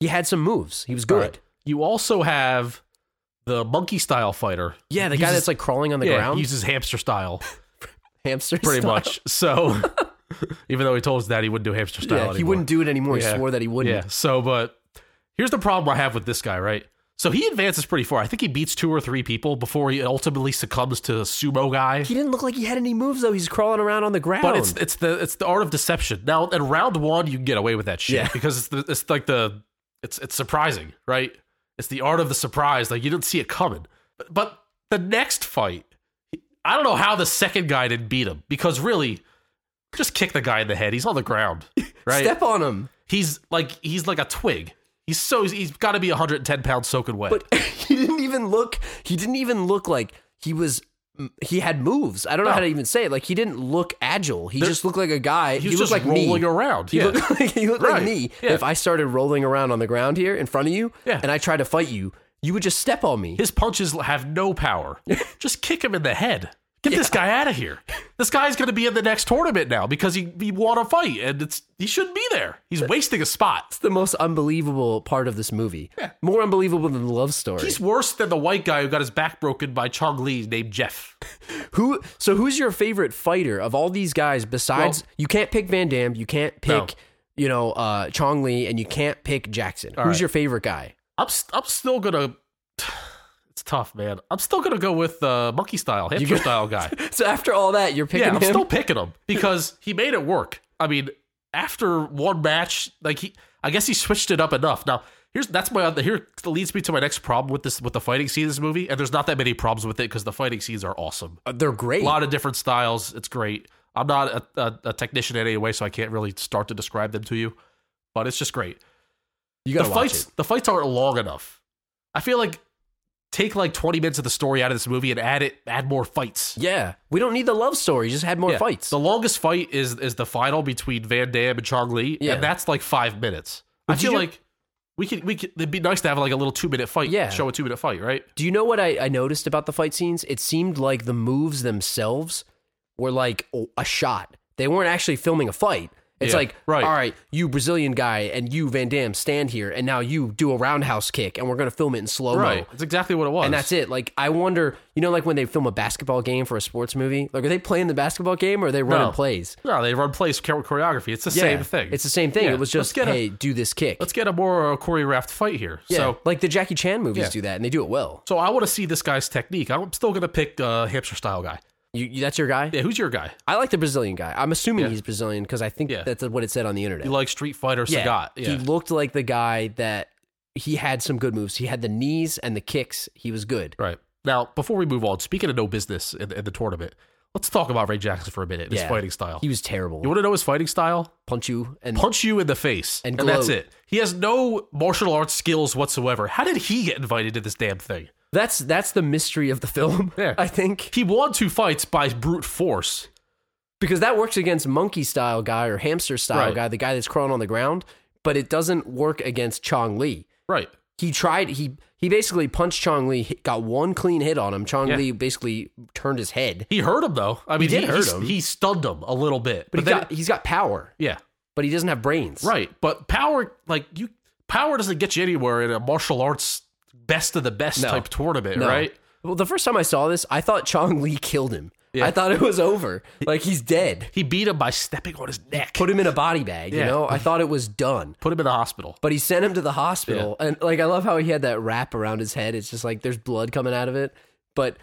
He had some moves. He was good.
You also have the monkey style fighter.
Yeah, the
He
guy
uses-
that's like crawling on the
yeah,
ground,
He uses hamster style,
hamster,
pretty
style.
much. So, even though he told us that he wouldn't do hamster style,
Yeah, he
anymore.
wouldn't do it anymore.
Yeah.
He swore that he wouldn't.
Yeah. So, but here's the problem I have with this guy, right? So he advances pretty far. I think he beats two or three people before he ultimately succumbs to sumo guy.
He didn't look like he had any moves though. He's crawling around on the ground.
But it's it's the it's the art of deception. Now in round one, you can get away with that shit
Yeah.
because it's the, it's like the it's it's surprising, right? It's the art of the surprise. Like you didn't see it coming. But, but the next fight, I don't know how the second guy didn't beat him because really, just kick the guy in the head. He's on the ground, right?
step on him.
he's like he's like a twig. He's so he's got to be 110 pounds soaking wet.
But he didn't even look. He didn't even look like he was. He had moves. I don't know
No.
how to even say it. Like he didn't look agile. He just looked like a guy.
he
He,
was
looked
just
like
rolling
me.
around.
He
yeah.
looked like he looked
Right.
like me.
Yeah.
If I started rolling around on the ground here in front of you,
Yeah.
and I tried to fight you, you would just step on me.
His punches have no power. Just kick him in the head. Get this guy out of here. This guy's going to be in the next tournament now because he, he won a fight and it's he shouldn't be there. He's wasting a spot.
It's the most unbelievable part of this movie. More unbelievable than the love story.
He's worse than the white guy who got his back broken by Chong Lee named Jeff.
Who? So who's your favorite fighter of all these guys? Besides, you can't pick Van Damme. You can't pick.
No.
You know, uh, Chong Lee, and you can't pick Jackson. Who's
right.
your favorite guy?
I'm st- I'm still gonna. It's tough, man. I'm still gonna go with uh, monkey style, hamster style guy.
So after all that, you're picking
yeah, I'm
him.
still picking him because he made it work. I mean, after one match, like he, I guess he switched it up enough. Now here's that's my other here leads me to my next problem with this with the fighting scene in this movie, and there's not that many problems with it because the fighting scenes are awesome.
Uh, They're great.
A lot of different styles. It's great. I'm not a, a, a technician in any way, so I can't really start to describe them to you, but it's just great.
you
The
gotta watch
fights, the fights aren't long enough. I feel like take like 20 minutes of the story out of this movie and add it, add more fights.
it. Yeah, we don't need the love story. Just had more
Yeah.
fights.
The longest fight is is the final between Van Damme and Chong Lee,
Yeah.
and that's like five minutes. I
Would you
feel
ju-
like we could we could it'd be nice to have like a little two minute fight.
Yeah.
show a two minute fight, right?
Do you know what I, I noticed about the fight scenes? It seemed like the moves themselves were like o- a shot. They weren't actually filming a fight. It's
Yeah,
like,
right.
all right, you Brazilian guy and you Van Damme stand here, and now you do a roundhouse kick, and we're going to film it in slow mo.
Right, that's exactly what it was.
And that's it. Like, I wonder, you know, like when they film a basketball game for a sports movie, like, are they playing the basketball game or are they running
No.
plays?
No, they run plays chor- choreography. It's the same thing.
It's the same thing.
Yeah,
It was just,
let's get a-
hey, do this kick.
let's get a more uh, choreographed fight here.
yeah.
So
like the Jackie Chan movies
Yeah.
do that, and they do it well.
so I want to see this guy's technique. I'm still gonna pick uh, hamster style guy.
You, you, that's your guy.
Yeah, who's your guy?
I like the Brazilian guy. I'm assuming
Yeah.
he's Brazilian because I think
Yeah.
that's what it said on the internet.
You like Street Fighter Sagat? Yeah.
He looked like the guy that he had some good moves. He had the knees and the kicks. He was good.
Right. Now, before we move on, speaking of no business in, in the tournament, let's talk about Ray Jackson for a minute and
Yeah.
his fighting style.
He was terrible.
you want to know his fighting style?
punch you and
Punch you in the face.
And
that's
gloat.
it. He has no martial arts skills whatsoever. How did he get invited to this damn thing?
that's that's the mystery of the film.
Yeah.
I think
He won two fights by brute force.
because that works against monkey style guy or hamster style
Right.
guy, the guy that's crawling on the ground, but it doesn't work against Chong Li.
Right.
He tried. He he basically punched Chong Li. hit- Got one clean hit on him. Chong
Yeah.
Li basically turned his head.
He hurt him though. I mean,
did hurt
he,
him.
He stunned him a little bit.
But, he
then-
got, he's got power,
yeah,
but he doesn't have brains.
right. But power, like you, power doesn't get you anywhere in a martial arts best of the best
No.
type tournament,
No.
right?
Well, the first time I saw this, I thought Chong Li killed him.
Yeah.
I thought it was over. Like he's dead.
He beat him by stepping on his neck.
Put him in a body bag. You
Yeah.
know, I thought it was done.
put him in the hospital.
But he sent him to the hospital, and like I love how he had that wrap around his head. It's just like there's blood coming out of it. But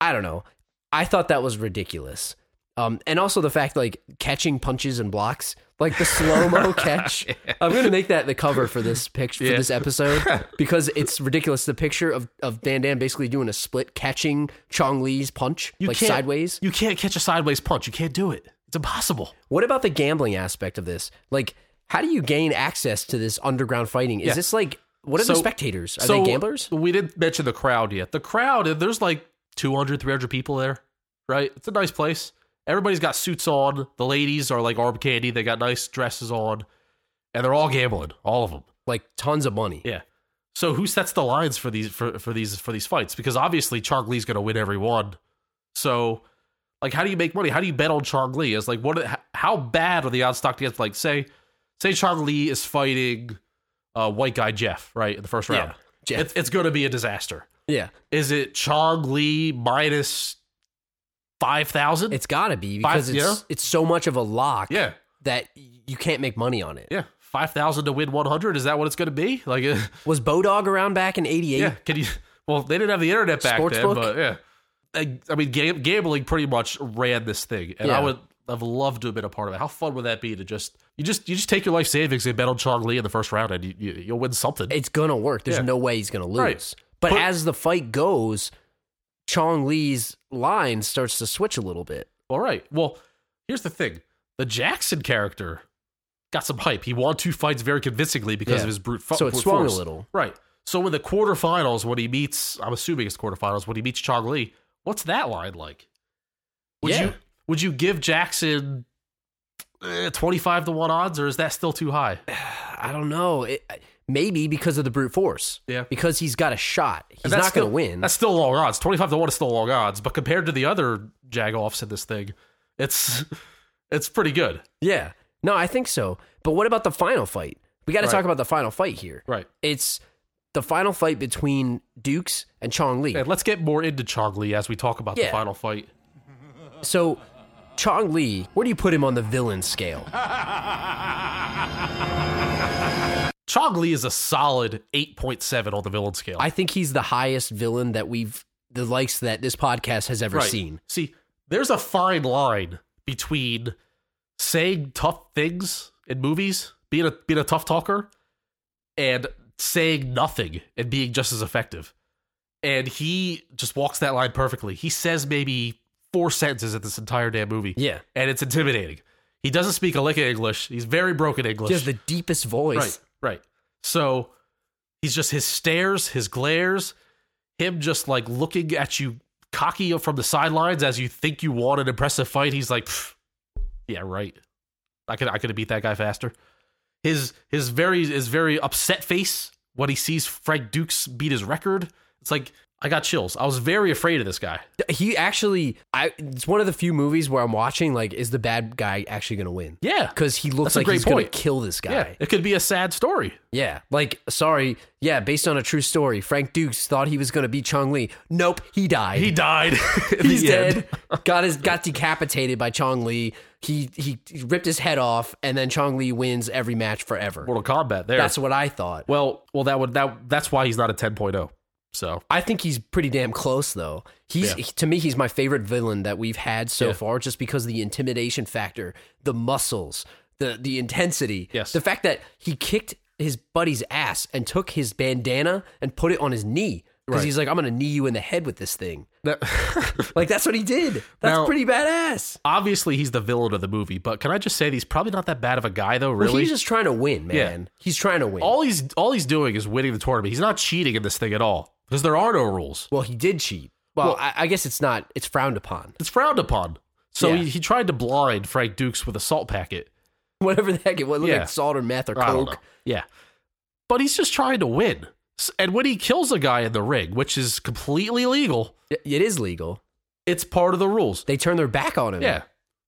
I don't know. I thought that was ridiculous. Um, and also the fact like catching punches and blocks, like the slow mo catch. I'm gonna make that the cover for this picture for
Yeah.
this episode because it's ridiculous. The picture of of Dan Dan basically doing a split, catching Chong Lee's punch like
can't-
sideways.
You can't catch a sideways punch. You can't do it. It's impossible.
What about the gambling aspect of this? Like, how do you gain access to this underground fighting? Is this like what are the
So-
spectators? Are
So,
they gamblers?
We didn't mention the crowd yet. The crowd, there's like 200, 300 people there, right? It's a nice place. Everybody's got suits on. The ladies are like arm candy. They got nice dresses on, and they're all gambling, all of them.
Like tons of money.
Yeah. So who sets the lines for these for, for these for these fights? Because obviously Chong Lee's going to win every one. So, like, how do you make money? How do you bet on Chong Lee? It's like what? How bad are the odds stacked against? Like, say, say Chong Lee is fighting uh, white guy Jeff, right, in the first
Yeah,
round.
Jeff.
It's, it's going to be a disaster.
Yeah.
Is it Chong Lee minus five thousand?
It's gotta be because
Five-
it's
yeah.
it's so much of a lock
Yeah,
that you can't make money on it.
yeah, five thousand to win one hundred. Is that what it's going to be? Like, uh,
Was Bodog around back in eighty eight?
Yeah, can you? Well, they didn't have the internet back then,
Sportsbook?
but yeah. I, I mean, ga- gambling pretty much ran this thing, and
Yeah.
I would have loved to have been a part of it. How fun would that be to just you just you just take your life savings and bet on Chong Lee in the first round, and you, you you'll win something.
It's gonna work. There's
Yeah.
no way he's gonna lose.
Right.
But,
But-
as the fight goes, Chong Lee's line starts to switch a little bit.
All right. Well, here's the thing: the Jackson character got some hype. He won two fights very convincingly because
Yeah.
of his brute. Fu-
so it
brute
swung
force.
a little.
Right. So in the quarterfinals, when he meets, I'm assuming it's quarterfinals, when he meets Chong Lee, what's that line like? Would
Yeah.
you would you give Jackson eh, 25 to 1 odds, or is that still too high?
I don't know. It, maybe because of the brute force.
Yeah.
Because he's got a shot. He's
that's
not going
still-
to win.
That's still long odds. 25 to 1 is still long odds, but compared to the other jagoffs in this thing, it's it's pretty good.
Yeah. No, I think so. But what about the final fight? We got to
Right.
talk about the final fight here.
Right.
It's the final fight between Dukes and Chong Li.
And let's get more into Chong Lee as we talk about
Yeah.
the final fight.
So, Chong Li, where do you put him on the villain scale?
Chong Lee is a solid 8.7 on the villain scale.
I think he's the highest villain that we've, the likes that this podcast has ever
Right.
seen.
See, there's a fine line between saying tough things in movies, being a being a tough talker, and saying nothing and being just as effective. And he just walks that line perfectly. He says maybe four sentences at this entire damn movie,
Yeah.
and it's intimidating. He doesn't speak a lick of English. He's very broken English.
Just the deepest voice.
Right, right. So he's just his stares, his glares, him just like looking at you cocky from the sidelines as you think you want an impressive fight. He's like, "Pff, yeah, right. I could I could have beat that guy faster. His his very his very upset face when he sees Frank Dukes beat his record. It's like I got chills. I was very afraid of this guy.
He actually, I. it's one of the few movies where I'm watching, like, is the bad guy actually going to win?
Yeah,
Because he
That's
looks
a
like
great
he's going to
point.
kill this guy.
yeah. It could be a sad story.
Yeah, like sorry, yeah, based on a true story, Frank Dukes thought he was going to beat Chong Li. Nope, he died.
He died. in the
He's
end.
dead. got his got decapitated by Chong Li. He he ripped his head off, and then Chong Li wins every match forever.
Mortal Kombat. There.
That's what I thought.
Well, well, that would that that's why he's not a 10.0 So
I think he's pretty damn close though. He's
Yeah.
to me he's my favorite villain that we've had so
Yeah.
far just because of the intimidation factor, the muscles, the the intensity.
Yes.
The fact that he kicked his buddy's ass and took his bandana and put it on his knee because
Right.
he's like I'm going to knee you in the head with this thing.
that,
Like that's what he did. That's
Now-
pretty badass.
obviously he's the villain of the movie, but can I just say that he's probably not that bad of a guy though,
Well,
really?
He's just trying to win, man. He's trying to win.
all he's all he's doing is winning the tournament. He's not cheating in this thing at all because there are no rules.
well, he did cheat. Well, I, I guess it's not. It's frowned upon.
It's frowned upon. So
Yeah.
he, he tried to blind Frank Dukes with a salt packet.
Whatever the heck it was, look
Yeah.
like salt or meth or
I don't
coke.
know. Yeah. But he's just trying to win. S- And when he kills a guy in the ring, which is completely legal,
It it is legal.
it's part of the rules.
They turn their back on him.
Yeah.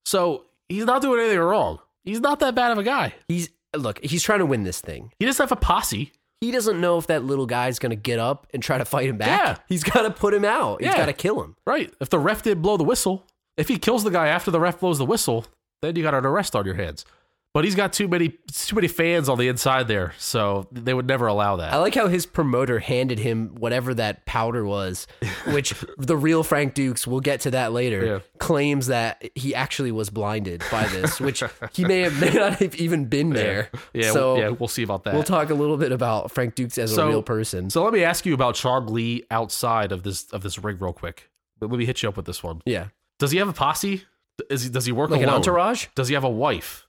So he's not doing anything wrong. He's not that bad of a guy.
He's look, he's trying to win this thing.
He doesn't have a posse.
He doesn't know if that little guy's gonna get up and try to fight him back.
Yeah.
He's gotta put him out. He's
Yeah.
gotta kill him.
Right. If the ref did blow the whistle, if he kills the guy after the ref blows the whistle, then you got an arrest on your hands. But he's got too many too many fans on the inside there, so they would never allow that.
I like how his promoter handed him whatever that powder was, which the real Frank Dukes, we'll get to that later,
Yeah.
claims that he actually was blinded by this, which he may have may not have even been there.
yeah,
so
we'll, yeah, we'll see about that.
we'll talk a little bit about Frank Dukes as
So-
a real person.
so let me ask you about Chong Lee outside of this of this ring real quick. But let me hit you up with this one.
yeah.
Does he have a posse? Is he, does he work
Like an
alone?
entourage?
Does he have a wife?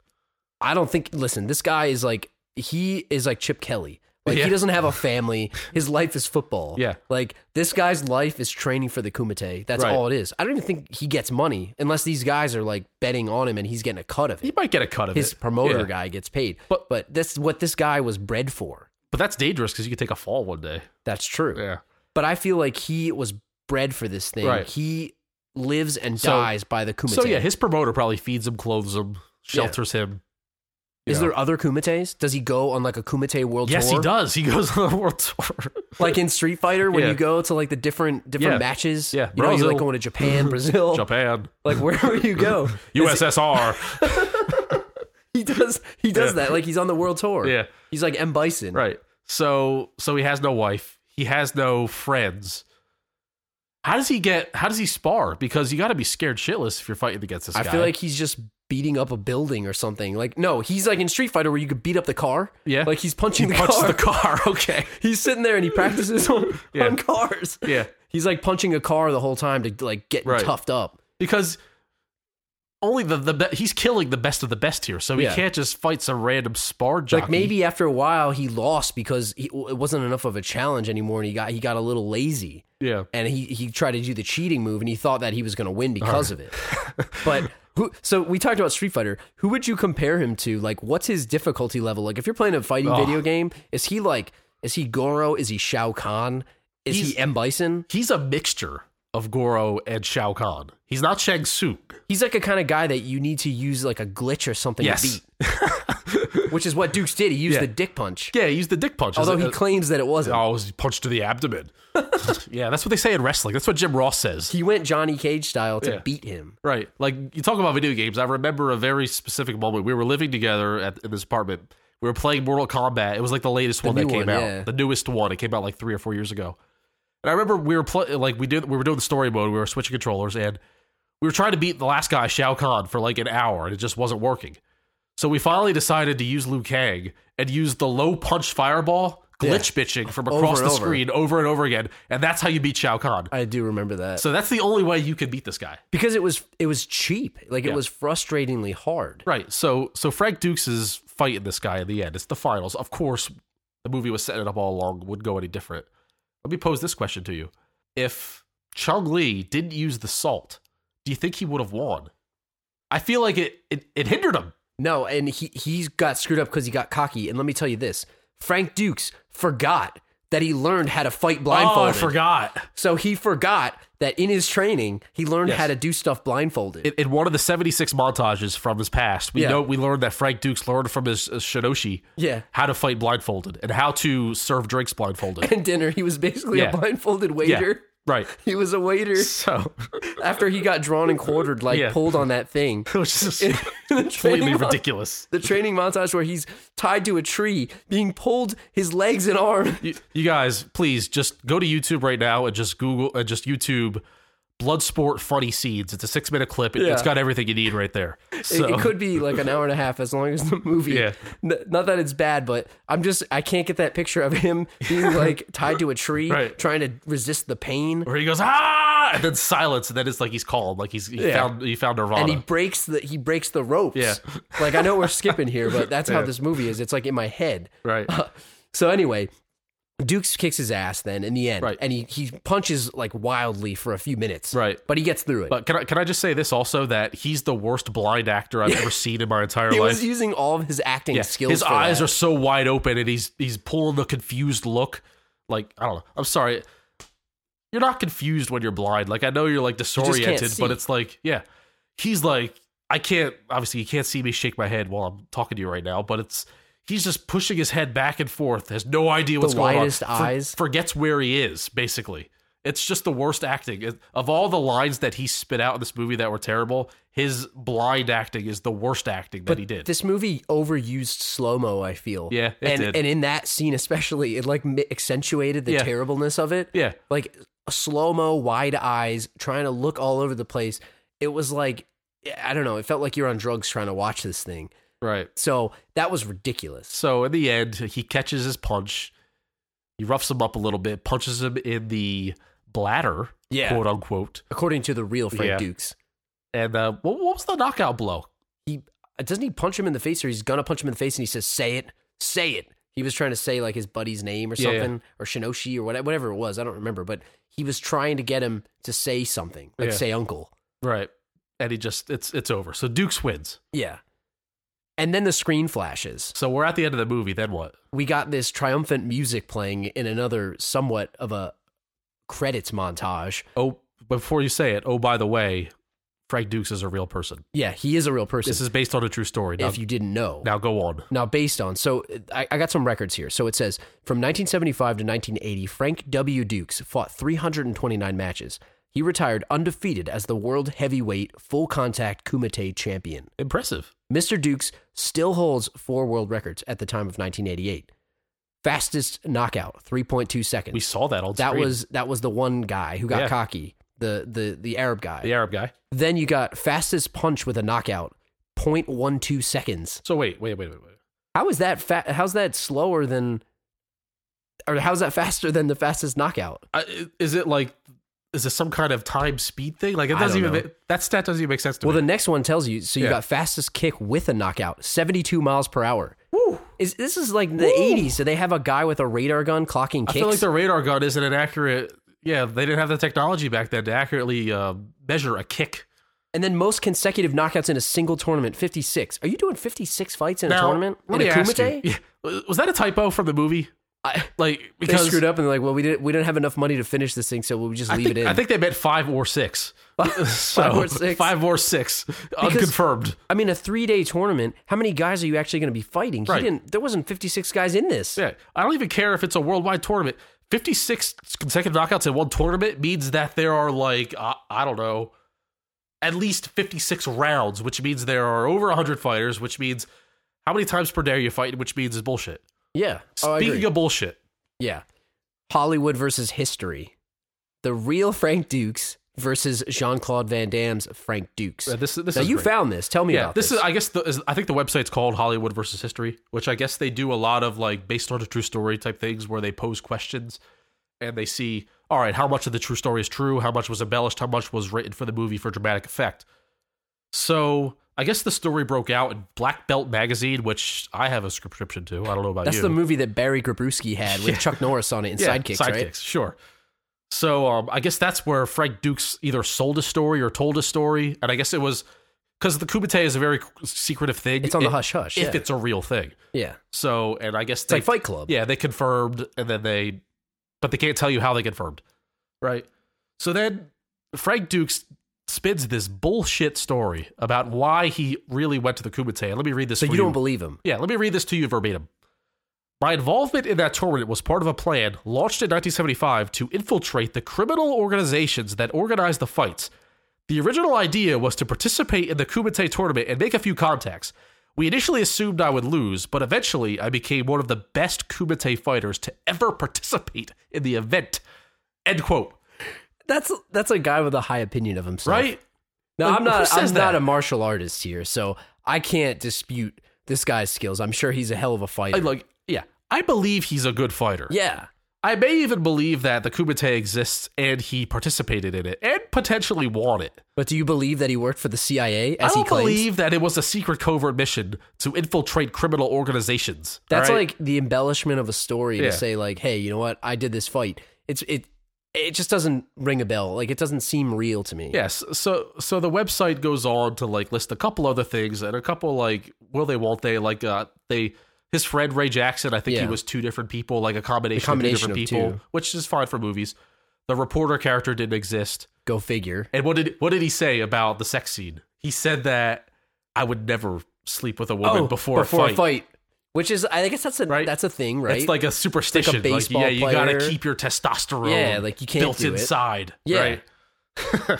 I don't think. Listen, this guy is like he is like Chip Kelly. Like
Yeah.
he doesn't have a family. His life is football.
Yeah.
Like this guy's life is training for the Kumite. That's
Right.
all it is. I don't even think he gets money unless these guys are like betting on him and he's getting a cut of it.
He might get a cut of
His
it.
promoter
Yeah.
guy gets paid.
But-
but this is what this guy was bred for.
But that's dangerous because you could take a fall one day.
That's true.
Yeah.
But I feel like he was bred for this thing.
Right.
He lives and
So-
dies by the Kumite.
So yeah, his promoter probably feeds him, clothes him, shelters him. you
is
know.
there other Kumites? Does he go on like a Kumite world
Yes,
tour?
he does. He goes on a world tour.
like in Street Fighter when
Yeah.
you go to like the different different
Yeah.
matches.
Yeah.
you know, you're
Brazil.
like going to Japan, Brazil,
Japan,
like wherever you go. Is-
USSR.
he does he does
Yeah.
that like he's on the world tour.
yeah,
he's like M Bison.
right. So so he has no wife. He has no friends. How does he get? How does he spar? Because you got to be scared shitless if you're fighting against this
I
guy.
feel like he's just beating up a building or something. Like no, he's like in Street Fighter where you could beat up the car.
Yeah.
like he's
he
punching the
punches
car.
the car. Okay.
he's sitting there and he practices on,
Yeah.
on cars.
Yeah.
He's like punching a car the whole time to like get
Right.
toughed up.
because only the the be- he's killing the best of the best here, so he
Yeah.
can't just fight some random spar jockey.
Like maybe after a while he lost because he, it wasn't enough of a challenge anymore, and he got he got a little lazy.
yeah,
and he he tried to do the cheating move and he thought that he was going to win because of it. But who so we talked about Street Fighter. Who would you compare him to? Like what's his difficulty level? Like if you're playing a fighting
Oh.
video game, is he like is he Goro? Is he Shao Kahn? Is
He's-
he M Bison?
he's a mixture of Goro and Shao Kahn. He's not Shang Tsung.
He's like a kind of guy that you need to use like a glitch or something
Yes,
to beat, which is what Dukes did. He used
Yeah.
the dick punch.
yeah, he's the dick Uh, punch.
Although
Is
he
it-
claims that it wasn't.
oh, it was punched to the abdomen. yeah, that's what they say in wrestling. That's what Jim Ross says.
He went Johnny Cage style to
Yeah.
beat him.
Right. Like you talk about video games. I remember a very specific moment. We were living together at, in this apartment. We were playing Mortal Kombat. It was like the latest one that
new
came
one,
out,
yeah.
the newest one. It came out like three or four years ago. And I remember we were playing like we did. We were doing the story mode. We were switching controllers, and we were trying to beat the last guy, Shao Kahn, for like an hour, and it just wasn't working. So we finally decided to use Liu Kang and use the low punch fireball glitch bitching from
Over
across
and
the
over.
screen over and over again, and that's how you beat Shao Kahn.
I do remember that.
So that's the only way you can beat this guy.
because it was it was cheap. Like
Yeah.
it was frustratingly hard.
Right. So so Frank Dukes is fighting this guy in the end. It's the finals. Of course, the movie was setting it up all along. Wouldn't go any different. Let me pose this question to you: If Chung Lee didn't use the salt, do you think he would have won? I feel like it it, it hindered him.
No, and he he's got screwed up because he got cocky. And let me tell you this: Frank Dukes forgot that he learned how to
Oh,
fight blindfolded.
forgot.
So he forgot that in his training he learned
Yes.
how to do stuff blindfolded.
In, in one of the seventy six montages from his past, we
Yeah.
know we learned that Frank Dukes learned from his, his Shinoshi
yeah.
how to fight blindfolded and how to serve drinks blindfolded.
And dinner, he was basically
Yeah.
a blindfolded waiter.
Right.
He was a waiter
So
after he got drawn and quartered, like
Yeah.
pulled on that thing.
it was just
The
completely
training mon-
ridiculous.
The training montage where he's tied to a tree, being pulled his legs and arm.
You, you guys, please just go to YouTube right now and just Google and just YouTube Bloodsport funny seeds. It's a six minute clip. It,
Yeah.
It's got everything you need right there.
It-
So
It, could be like an hour and a half as long as the movie.
Yeah.
N- not that it's bad, but I'm just I can't get that picture of him being like tied to a tree,
Right.
trying to resist the pain.
where he goes ah, and then silence, and then it's like he's calm, like he's he
Yeah.
found he found Nirvana.
And he breaks the he breaks the ropes.
Yeah.
Like I know we're skipping here, but that's how this movie is. It's like in my head.
right.
So anyway, Dukes kicks his ass then in the end.
Right.
And he, he punches like wildly for a few minutes.
Right.
But he gets through it.
But can I can I just say this also that he's the worst blind actor I've ever seen in my entire
he
life.
was using all of his acting
Yeah,
skills.
His
for
eyes
that.
are so wide open, and he's he's pulling the confused look. Like I don't know. I'm sorry. You're not confused when you're blind. Like I know you're like
can't
disoriented, but
see.
it's like yeah, he's like I can't. Obviously, you can't see me shake my head while I'm talking to you right now, but it's. He's just pushing his head back and forth, has no idea what's going
widest
on.
eyes.
Forgets where he is, basically. It's just the worst acting. It- Of all the lines that he spit out in this movie that were terrible, his blind acting is the worst acting that he did.
This movie overused slow mo. I feel.
Yeah, it
and
did.
and in that scene especially, it like mi- accentuated the
Yeah.
terribleness of it.
yeah.
Like slow mo, wide eyes, trying to look all over the place. It was like I don't know. It felt like you're on drugs trying to watch this thing.
Right.
So that was ridiculous.
So in the end, he catches his punch. He roughs him up a little bit, punches him in the bladder,
Yeah.
quote unquote.
According to the real Frank
Yeah.
Dukes,
And uh, what, what was the knockout blow?
he uh, doesn't he punch him in the face, or he's gonna punch him in the face, and he says, "Say it, say it." He was trying to say like his buddy's name or
Yeah, yeah.
something, or Shinoshi or whatever, whatever it was. I don't remember, but he was trying to get him to say something, like
Yeah.
say uncle.
Right. And he just it's it's over. So Dukes wins.
Yeah. And then the screen flashes.
So we're at the end of the movie. Then what?
We got this triumphant music playing in another somewhat of a credits montage.
Oh, before you say it. Oh, by the way, Frank Dukes is a real person.
Yeah, he is a real person.
This is based on a true story. Now,
if you didn't know.
now go on.
Now, based on, so I, I got some records here. So it says from 1975 to 1980, Frank W. Dukes fought 329 matches. He retired undefeated as the world heavyweight full contact kumite champion.
Impressive.
Mr. Dukes still holds four world records at the time of 1988. Fastest knockout, 3.2 seconds.
We saw that on
that
screen.
was that was the one guy who got
Yeah.
cocky, the the the Arab guy.
the Arab guy.
Then you got fastest punch with a knockout, 0.12 seconds.
So wait, wait, wait, wait, wait.
How is that fa- how's that slower than or how's that faster than the fastest knockout?
I, Uh, is it like is this some kind of time speed thing? Like it
I
doesn't
don't
even
know.
make, that stat doesn't even make sense to
Well,
me.
the next one tells you so you
Yeah.
got fastest kick with a knockout, 72 miles per hour.
Woo.
Is this is like the 80s, so they have a guy with a radar gun clocking
I
kicks?
feel like the radar gun isn't an accurate. Yeah, they didn't have the technology back then to accurately uh, measure a kick.
And then most consecutive knockouts in a single tournament, 56. Are you doing 56 fights in a
Now,
tournament?
let
in
me
a
ask
kumite?
you, yeah, was that a typo from the movie?
I,
Like
they
because
screwed up and they're like, well, we didn't we didn't have enough money to finish this thing, so we'll just
I
leave
think,
it in.
I think they meant five or six. so,
or six.
Five or six. Unconfirmed.
I mean, a three day tournament. How many guys are you actually going to be fighting? He
Right.
didn't. There wasn't fifty six guys in this.
Yeah, I don't even care if it's a worldwide tournament. Fifty-six consecutive knockouts in one tournament means that there are like uh, I don't know, at least fifty-six rounds, which means there are over hundred fighters, which means how many times per day are you fighting, which means is bullshit.
Yeah. Oh, I
Speaking
agree.
of bullshit,
yeah, Hollywood versus history. The real Frank Dukes versus Jean Claude Van Damme's Frank Dukes.
uh, this this
now
is
you
great.
found this. Tell me
yeah
about
this
this.
is I guess the, is, I think the website's called Hollywood versus History, which I guess they do a lot of like based on a true story type things where they pose questions and they see all right how much of the true story is true, how much was embellished, how much was written for the movie for dramatic effect. So I guess the story broke out in Black Belt magazine, which I have a subscription to. I don't know about
That's
you.
the movie that Barry Grabowski had with
Yeah.
Chuck Norris on it in Sidekicks, right?
Sure. So um, I guess that's where Frank Dukes either sold a story or told a story, and I guess it was because the Kumite is a very secretive thing.
It's on the
It-
hush hush.
if
yeah.
it's a real thing.
yeah, it's
So, and I guess they,
like Fight Club.
yeah, they confirmed, and then they, but they can't tell you how they confirmed, right? So then Frank Dukes spins this bullshit story about why he really went to the Kumite. Let me read this.
So
for
you don't believe him?
yeah, let me read this to you verbatim. My involvement in that tournament was part of a plan launched in 1975 to infiltrate the criminal organizations that organized the fights. The original idea was to participate in the Kumite tournament and make a few contacts. We initially assumed I would lose, but eventually I became one of the best Kumite fighters to ever participate in the event. End quote.
That's that's a guy with a high opinion of himself.
Right?
Now
Like,
I'm
who
not I'm
says
not
that?
a martial artist here, so I can't dispute this guy's skills. I'm sure he's a hell of a fighter.
I, like, yeah. I believe he's a good fighter.
yeah.
I may even believe that the Kumite exists and he participated in it and potentially won it.
But do you believe that he worked for the CIA as
I don't
he claims?
believe that it was a secret covert mission to infiltrate criminal organizations.
That's
all right?
like the embellishment of a story
Yeah.
to say like, "Hey, you know what? I did this fight." It's it it just doesn't ring a bell. Like it doesn't seem real to me.
yes. So so the website goes on to like list a couple other things and a couple like will they won't they like uh they his friend Ray Jackson. I think he
Yeah.
was two different people, like a combination, of
combination of
two different
two.
people, which is fine for movies. The reporter character didn't exist.
Go figure.
And what did what did he say about the sex scene? He said that I would never sleep with a woman
Oh,
before, a fight.
Which is I guess that's a
Right?
that's a thing, right?
It's like a superstition. Like,
baseball
yeah, you gotta
player.
keep your testosterone.
Yeah, like, you can't
built
do it.
inside.
Yeah.
Right?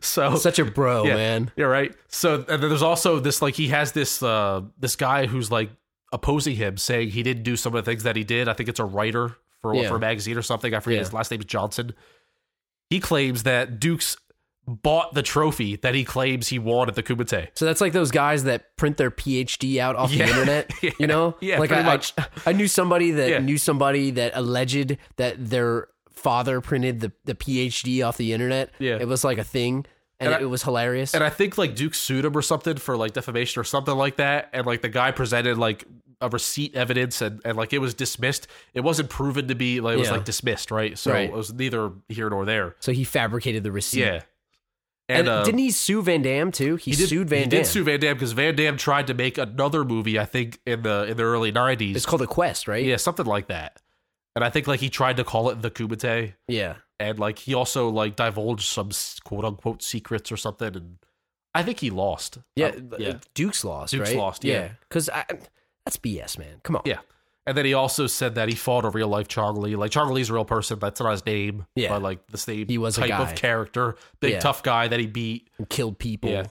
so
such a bro,
Yeah.
Oh, man.
yeah, right. So and then there's also this like he has this uh this guy who's like opposing him, saying he didn't do some of the things that he did. I think it's a writer for
Yeah.
for a magazine or something. I forget
Yeah.
his last name is Johnson. He claims that Dukes bought the trophy that he claims he won at the Kumite.
So that's like those guys that print their PhD out off
Yeah.
the internet,
Yeah.
you know?
Yeah,
like
pretty
I, I-
much.
I knew somebody that
Yeah.
knew somebody that alleged that their father printed the, the PhD off the internet.
Yeah.
It was like a thing and,
And
it,
I-
was hilarious.
And I think like Duke sued him or something for like defamation or something like that. And like the guy presented like a receipt evidence and, and like it was dismissed. It wasn't proven to be like it was
Yeah.
like dismissed, right? So
Right.
it was neither here nor there.
so he fabricated the receipt.
Yeah.
And,
uh,
didn't he sue Van Damme too? He,
he did-
sued Van
He
Damme.
did sue Van Damme because Van Damme tried to make another movie, I think, in the in the early nineties.
it's called a quest, right?
Yeah, something like that. And I think like he tried to call it the Kumite.
Yeah.
And like he also like divulged some quote unquote secrets or something and I think he lost.
Yeah,
Um, yeah.
Duke's lost,
Duke's
right?
lost, yeah.
Cuz that's BS, man. Come on.
Yeah. And then he also said that he fought a real life Chong Lee. Like Chong Lee's a real person. That's not his name.
Yeah.
But like the same
He was a
type
guy.
of character. Big
Yeah.
tough guy that he beat.
And killed people.
Yeah.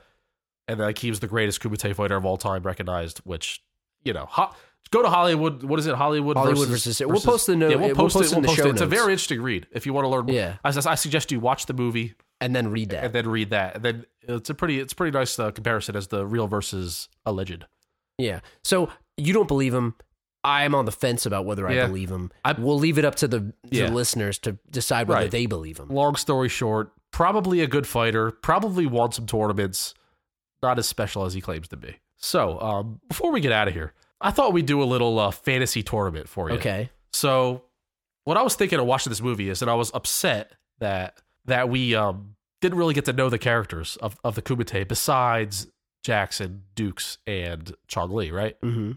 And like he was the greatest Kumite fighter of all time recognized, which, you know, ho- go to Hollywood. What is it? Hollywood,
Hollywood
versus,
versus- we'll post the note-
Yeah,
we'll
we'll post, it.
post it in
We'll
the
post
show
it. It's a
notes.
very interesting read if you want to learn more.
Yeah.
I, I suggest you watch the movie
And then read that.
and then read that. And then it's a pretty it's a pretty nice uh, comparison as the real versus alleged.
Yeah. So you don't believe him. I'm on the fence about whether I
Yeah.
believe him.
I-
we'll leave it up to the, to
Yeah.
the listeners to decide whether
Right.
they believe him.
long story short, probably a good fighter, probably won some tournaments, not as special as he claims to be. So, um, before we get out of here, I thought we'd do a little uh, fantasy tournament for you.
Okay.
So, what I was thinking of watching this movie is that I was upset that that we um, didn't really get to know the characters of, of the Kumite besides Jackson, Dukes, and Chong Li, right?
Mm-hmm.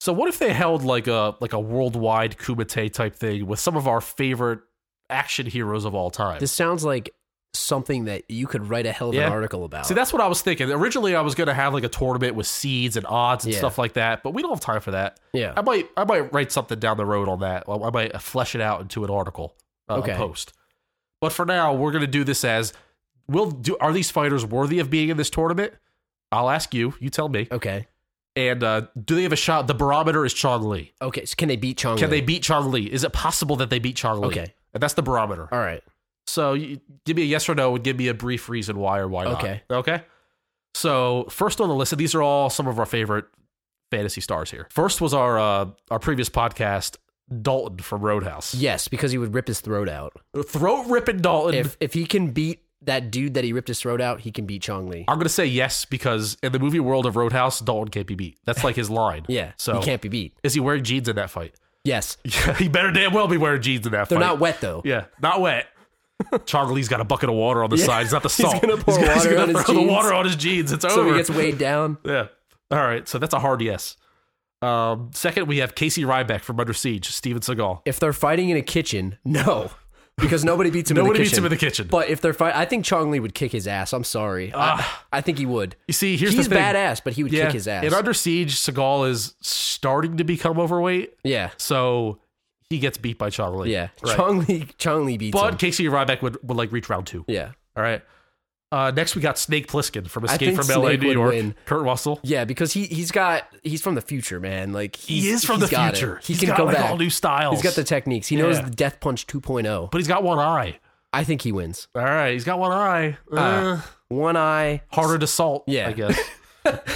So what if they held like a like a worldwide Kumite type thing with some of our favorite action heroes of all time?
This sounds like something that you could write a hell of
Yeah.
an article about.
See, that's what I was thinking. Originally, I was going to have like a tournament with seeds and odds and
Yeah.
stuff like that, but we don't have time for that.
yeah.
I might, I might write something down the road on that. I I might flesh it out into an article, uh,
Okay.
a post. But for now, we're going to do this as: Will do? Are these fighters worthy of being in this tournament? I'll ask you. You tell me.
Okay.
And uh, do they have a shot? The barometer is Chong Li.
Okay. So can they beat Chong?
Can
Li?
they beat Chong Li? Is it possible that they beat Chong Li?
Okay.
And that's the barometer.
All right.
So you, give me a yes or no and give me a brief reason why or why
Okay.
not. Okay. So first on the list, and these are all some of our favorite fantasy stars here. First was our uh, our previous podcast, Dalton from Roadhouse.
Yes, because he would rip his throat out.
Throat ripping Dalton.
If if he can beat that dude that he ripped his throat out, he can beat Chong Li.
I'm gonna say yes because in the movie world of Roadhouse, Dalton can't be beat. That's like his line.
Yeah.
So-
he can't be beat.
Is he wearing jeans in that fight?
Yes.
Yeah, he better damn well be wearing jeans in that
They're
fight.
not wet though.
Yeah, not wet. Charlie's got a bucket of water on the side. He's not the salt.
gonna pour water
gonna
on his
throw the
jeans.
water on his jeans. It's
So
over.
he gets weighed down.
Yeah. All right. So that's a hard yes. Um, second, we have Casey Ryback from Under Siege, Steven Seagal.
If they're fighting in a kitchen, no. because nobody beats him.
Nobody
in the
beats
kitchen.
him in the kitchen.
But if they're fight, I think Chong Lee would kick his ass. I'm sorry, I, I think he would.
You see, Ah. here's
He's
the thing.
badass, but he would kick his ass.
And under siege, Seagal is starting to become overweight,
yeah,
so he gets beat by Chong Li.
yeah.
Right.
Chong Lee, Chong Lee beats
but
him.
Casey Ryback would, would like reach round two.
Yeah,
All right. Uh, next, we got Snake Plissken from Escape
think
from L.A.
Snake
New
would
York.
win.
Kurt Russell.
yeah, because he he's got he's from the future, man. Like
He
he's-
is from
he's
the
got it.
future.
He
He's
can
got
go
like
back.
all new styles.
He's got the techniques. He knows
Yeah.
the Death Punch oh. 2.0.
but he's got one eye.
I think he wins.
All right, he's got one eye. Uh,
Uh, One eye.
harder to salt.
Yeah.
I guess.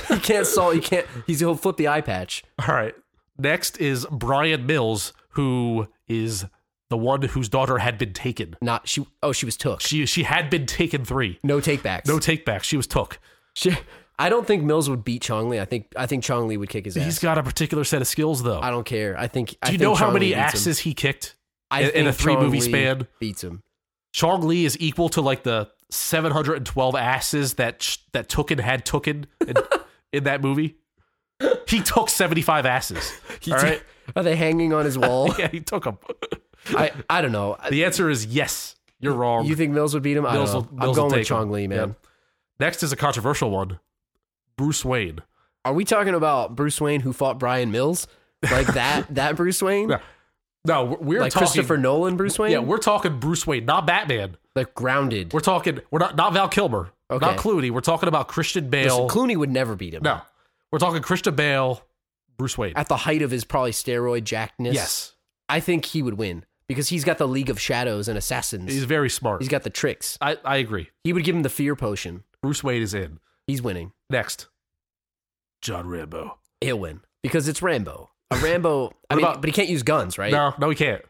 He can't solve. He can't. He's he'll flip the eye patch.
All right. Next is Brian Mills, who is the one whose daughter had been taken.
Not she. Oh, she was took.
She she had been taken three.
No takebacks.
No take back. She was took.
She, I don't think Mills would beat Chong Li. I think I think Chong Li would kick his ass.
He's got a particular set of skills though.
I don't care. I think. I
Do you
think
know how
Chong Li
many
beats him.
axes he kicked
I
in, in a
think
three
Chong
movie
Li
span?
beats him?
Chong Li is equal to like the 712 asses that sh- that Tooken had Tooken in, in that movie. He took 75 asses.
He
All
did-
right.
Are they hanging on his wall?
Yeah, he took them.
I I don't know.
The answer is yes. You're wrong.
You think Mills would beat him? I
Mills
don't
will-
know.
Mills will
I'm going
take
with Chong Li,
him.
man.
Yep. Next is a controversial one. Bruce Wayne.
Are we talking about Bruce Wayne who fought Brian Mills? Like that that Bruce Wayne?
Yeah. No, we're- we're
like
talking
Christopher Nolan Bruce Wayne?
Yeah, we're talking Bruce Wayne, not Batman.
like grounded.
We're talking we're not not Val Kilmer,
Okay.
not Clooney. We're talking about Christian
Listen,
Bale.
Clooney would never beat him.
no, we're talking Christian Bale, Bruce Wayne.
At the height of his probably steroid jackedness.
Yes,
I think he would win because he's got the League of Shadows and Assassins.
he's very smart.
he's got the tricks.
I I agree.
He would give him the fear potion.
Bruce Wayne is in
He's winning.
next. John Rambo.
He'll win because it's Rambo. A Rambo, I
What
mean,
about-
but he can't use guns, right?
No, no, he can't.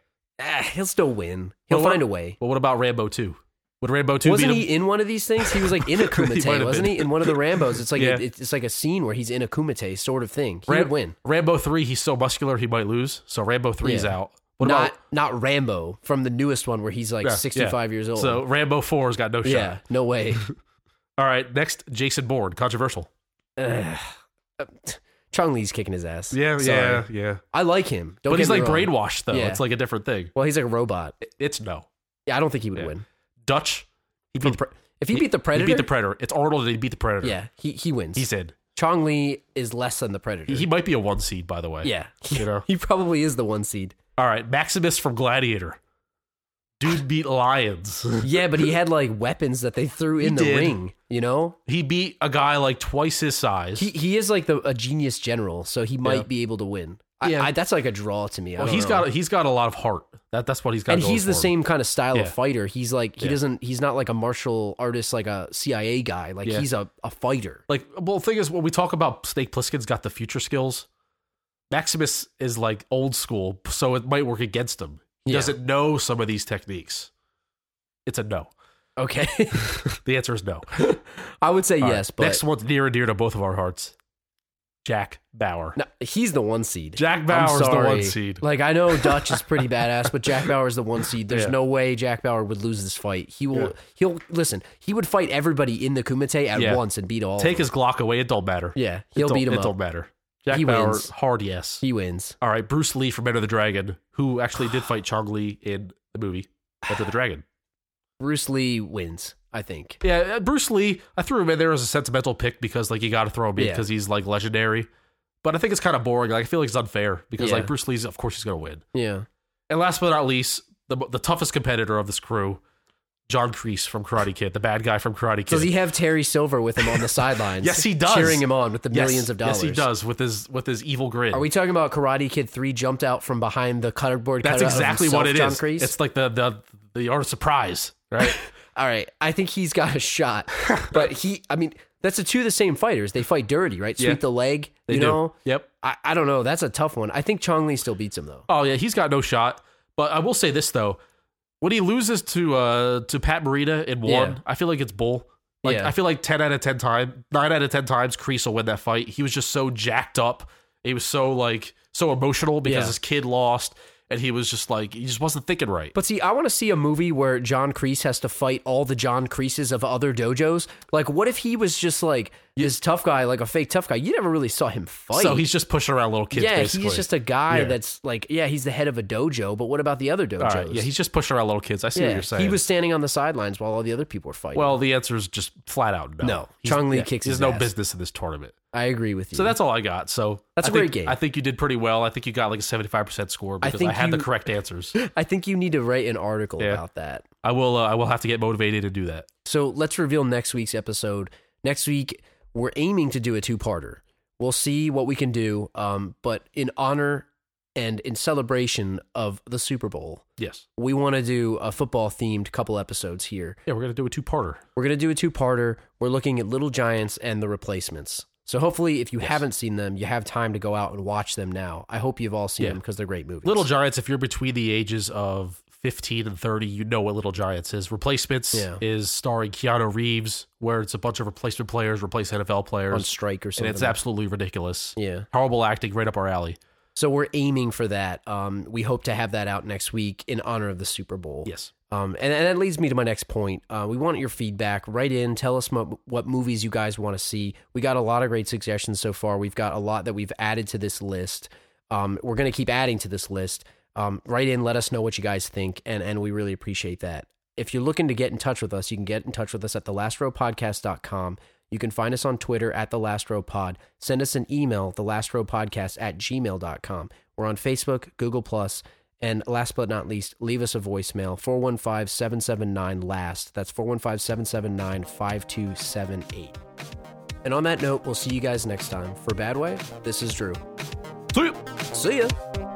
Ah, he'll still win. He'll
Well, what-
find a way.
But what about Rambo two? Would Rambo two
wasn't
beat him?
he in one of these things? He was like in a
He might
kumite,
have
wasn't
been.
he? In one of the Rambo's, it's like
Yeah.
a, it's it's like a scene where he's in a kumite sort of thing. He
Ram-
would win.
Rambo three. He's so muscular he might lose. So Rambo three is
Yeah.
out. What
not not Rambo from the newest one where he's like
Yeah, yeah.
65 years old.
about so Rambo four's got no shot.
yeah, no way.
All right, next Jason Bourne, controversial.
Ugh. Chong Lee's kicking his ass.
Yeah,
Sorry.
yeah, yeah.
I like him. Don't
but
get
he's
me
like
wrong.
brainwashed though.
Yeah.
It's like a different thing.
Well, he's like a robot.
It's no
Yeah, I don't think he would
Yeah.
win.
Dutch. He
From
beat,
Pre- if he, beat the
he
Predator,
beat the Predator. It's Arnold and he beat the Predator.
yeah, he he wins.
he's in.
Chong Lee is less than the Predator.
He, he might be a one seed, by the way.
yeah,
you know.
he probably is the one seed.
All right, Maximus from Gladiator. Dude beat lions.
Yeah, but he had like weapons that they threw in the
did.
ring. You know,
he beat a guy like twice his size.
he he is like the a genius general, so he might
Yeah.
be able to win. I,
Yeah.
I, that's like a draw to me. I
well,
don't
he's
know.
got he's got a lot of heart. That that's what he's got.
and
going
he's the
for him.
same kind of style
Yeah.
of fighter. He's like he
Yeah.
doesn't. He's not like a martial artist, like a CIA guy. Like
Yeah.
he's a, a fighter.
Like, well, the thing is, when we talk about Snake Plissken's got the future skills, Maximus is like old school, so it might work against him. He
Yeah.
doesn't know some of these techniques. It's a no.
Okay,
The answer is no.
I would say
All right,
yes, but
next one's near and dear to both of our hearts. Jack Bauer.
No, he's the one seed.
Jack
I'm
Bauer's the
sorry.
one seed.
Like I know Dutch is pretty badass, but Jack Bauer's the one seed. There's
Yeah.
no way Jack Bauer would lose this fight. He will.
Yeah.
He'll listen. He would fight everybody in the Kumite at
Yeah.
once and beat all. of
Take
them.
his Glock away. It don't matter.
Yeah,
It
he'll
don't-
beat him
It
up.
don't matter. Jack
He
Bauer,
wins.
hard yes.
He wins.
All right, Bruce Lee from Enter the Dragon, who actually did fight Chong Li in the movie Enter the Dragon.
Bruce Lee wins. I think.
Yeah, uh, Bruce Lee. I threw him in there as a sentimental pick because like you got to throw him in
Yeah.
because he's like legendary. But I think it's kind of boring. Like I feel like it's unfair because
Yeah.
like Bruce Lee's, of course, he's gonna win.
Yeah.
And last but not least, the the toughest competitor of this crew, John Kreese from Karate Kid, the bad guy from Karate Kid.
Does he have Terry Silver with him on the sidelines?
Yes, he does.
Cheering him on with the
Yes.
millions of
Yes,
dollars.
he does with his with his evil grin.
Are we talking about Karate Kid Three jumped out from behind the cutboard?
That's
cutout of
exactly
himself,
what it is.
John Kreese?
It's like the the the art of surprise, right?
All right, I think he's got a shot, but he, I mean, that's the two of the same fighters. They fight dirty, right? Sweep
Yeah.
the leg,
They
you
do.
know.
Yep.
I, I don't know. That's a tough one. I think Chong Lee still beats him though.
Oh yeah, he's got no shot. But I will say this though, when he loses to uh to Pat Morita in one,
Yeah.
I feel like it's bull. Like
Yeah.
I feel like ten out of ten time, nine out of ten times, Kreese will win that fight. He was just so jacked up. He was so like so emotional because
Yeah.
his kid lost, and he was just like he just wasn't thinking right.
But see, I want to see a movie where John Kreese has to fight all the John Kreeses of other dojos. Like, what if he was just like this tough guy, like a fake tough guy. You never really saw him fight.
So he's just pushing around little kids.
yeah,
basically.
he's just a guy
Yeah.
that's like, yeah, he's the head of a dojo, but what about the other dojos?
all right. Yeah, he's just pushing around little kids. I see
Yeah,
what you're saying.
He was standing on the sidelines while all the other people were fighting.
well. The answer is just flat out no.
No.
He's-
Chun-Li kicks
There's
his
no
ass.
business in this tournament.
I agree with you.
So that's all I got. So
That's
a
a great game.
I think you did pretty well. I think you got like a 75% score because I,
think
had the
you-
correct answers.
I think you need to write an article
Yeah.
about that.
I will. Uh, I will have to get motivated to do that.
So let's reveal next week's episode. Next week, we're aiming to do a two parter. We'll see what we can do. Um, but in honor and in celebration of the Super Bowl,
Yes.
we want to do a football themed couple episodes here.
Yeah, we're gonna do a two-parter.
We're going to do a two parter. We're looking at Little Giants and the replacements. So hopefully, if you haven't seen them, you have time to go out and watch them now. I hope you've all seen
Yeah.
them because they're great movies.
Little Giants. If you're between the ages of 15 and 30, you know what Little Giants is. Replacements
Yeah.
is starring Keanu Reeves, where it's a bunch of replacement players replace NFL
on
players,
strike or
and
something.
it's absolutely ridiculous.
yeah.
Horrible acting, right up our alley.
So we're aiming for that. Um, we hope to have that out next week in honor of the Super Bowl.
Yes.
Um, and, and that leads me to my next point. Uh, we want your feedback. Write in. Tell us mo- what movies you guys want to see. We got a lot of great suggestions so far. We've got a lot that we've added to this list. Um, we're going to keep adding to this list. Um, write in. Let us know what you guys think. And, and we really appreciate that. If you're looking to get in touch with us, you can get in touch with us at thelastrowpodcast.com. You can find us on Twitter at The Last Row Pod. Send us an email, thelastrowpodcast at gmail.com. We're on Facebook, Google Plus, and last but not least, leave us a voicemail, 415-779-LAST. That's 415-779-5278. And on that note, we'll see you guys next time. For Bad Way, this is Drew.
See ya.
See ya!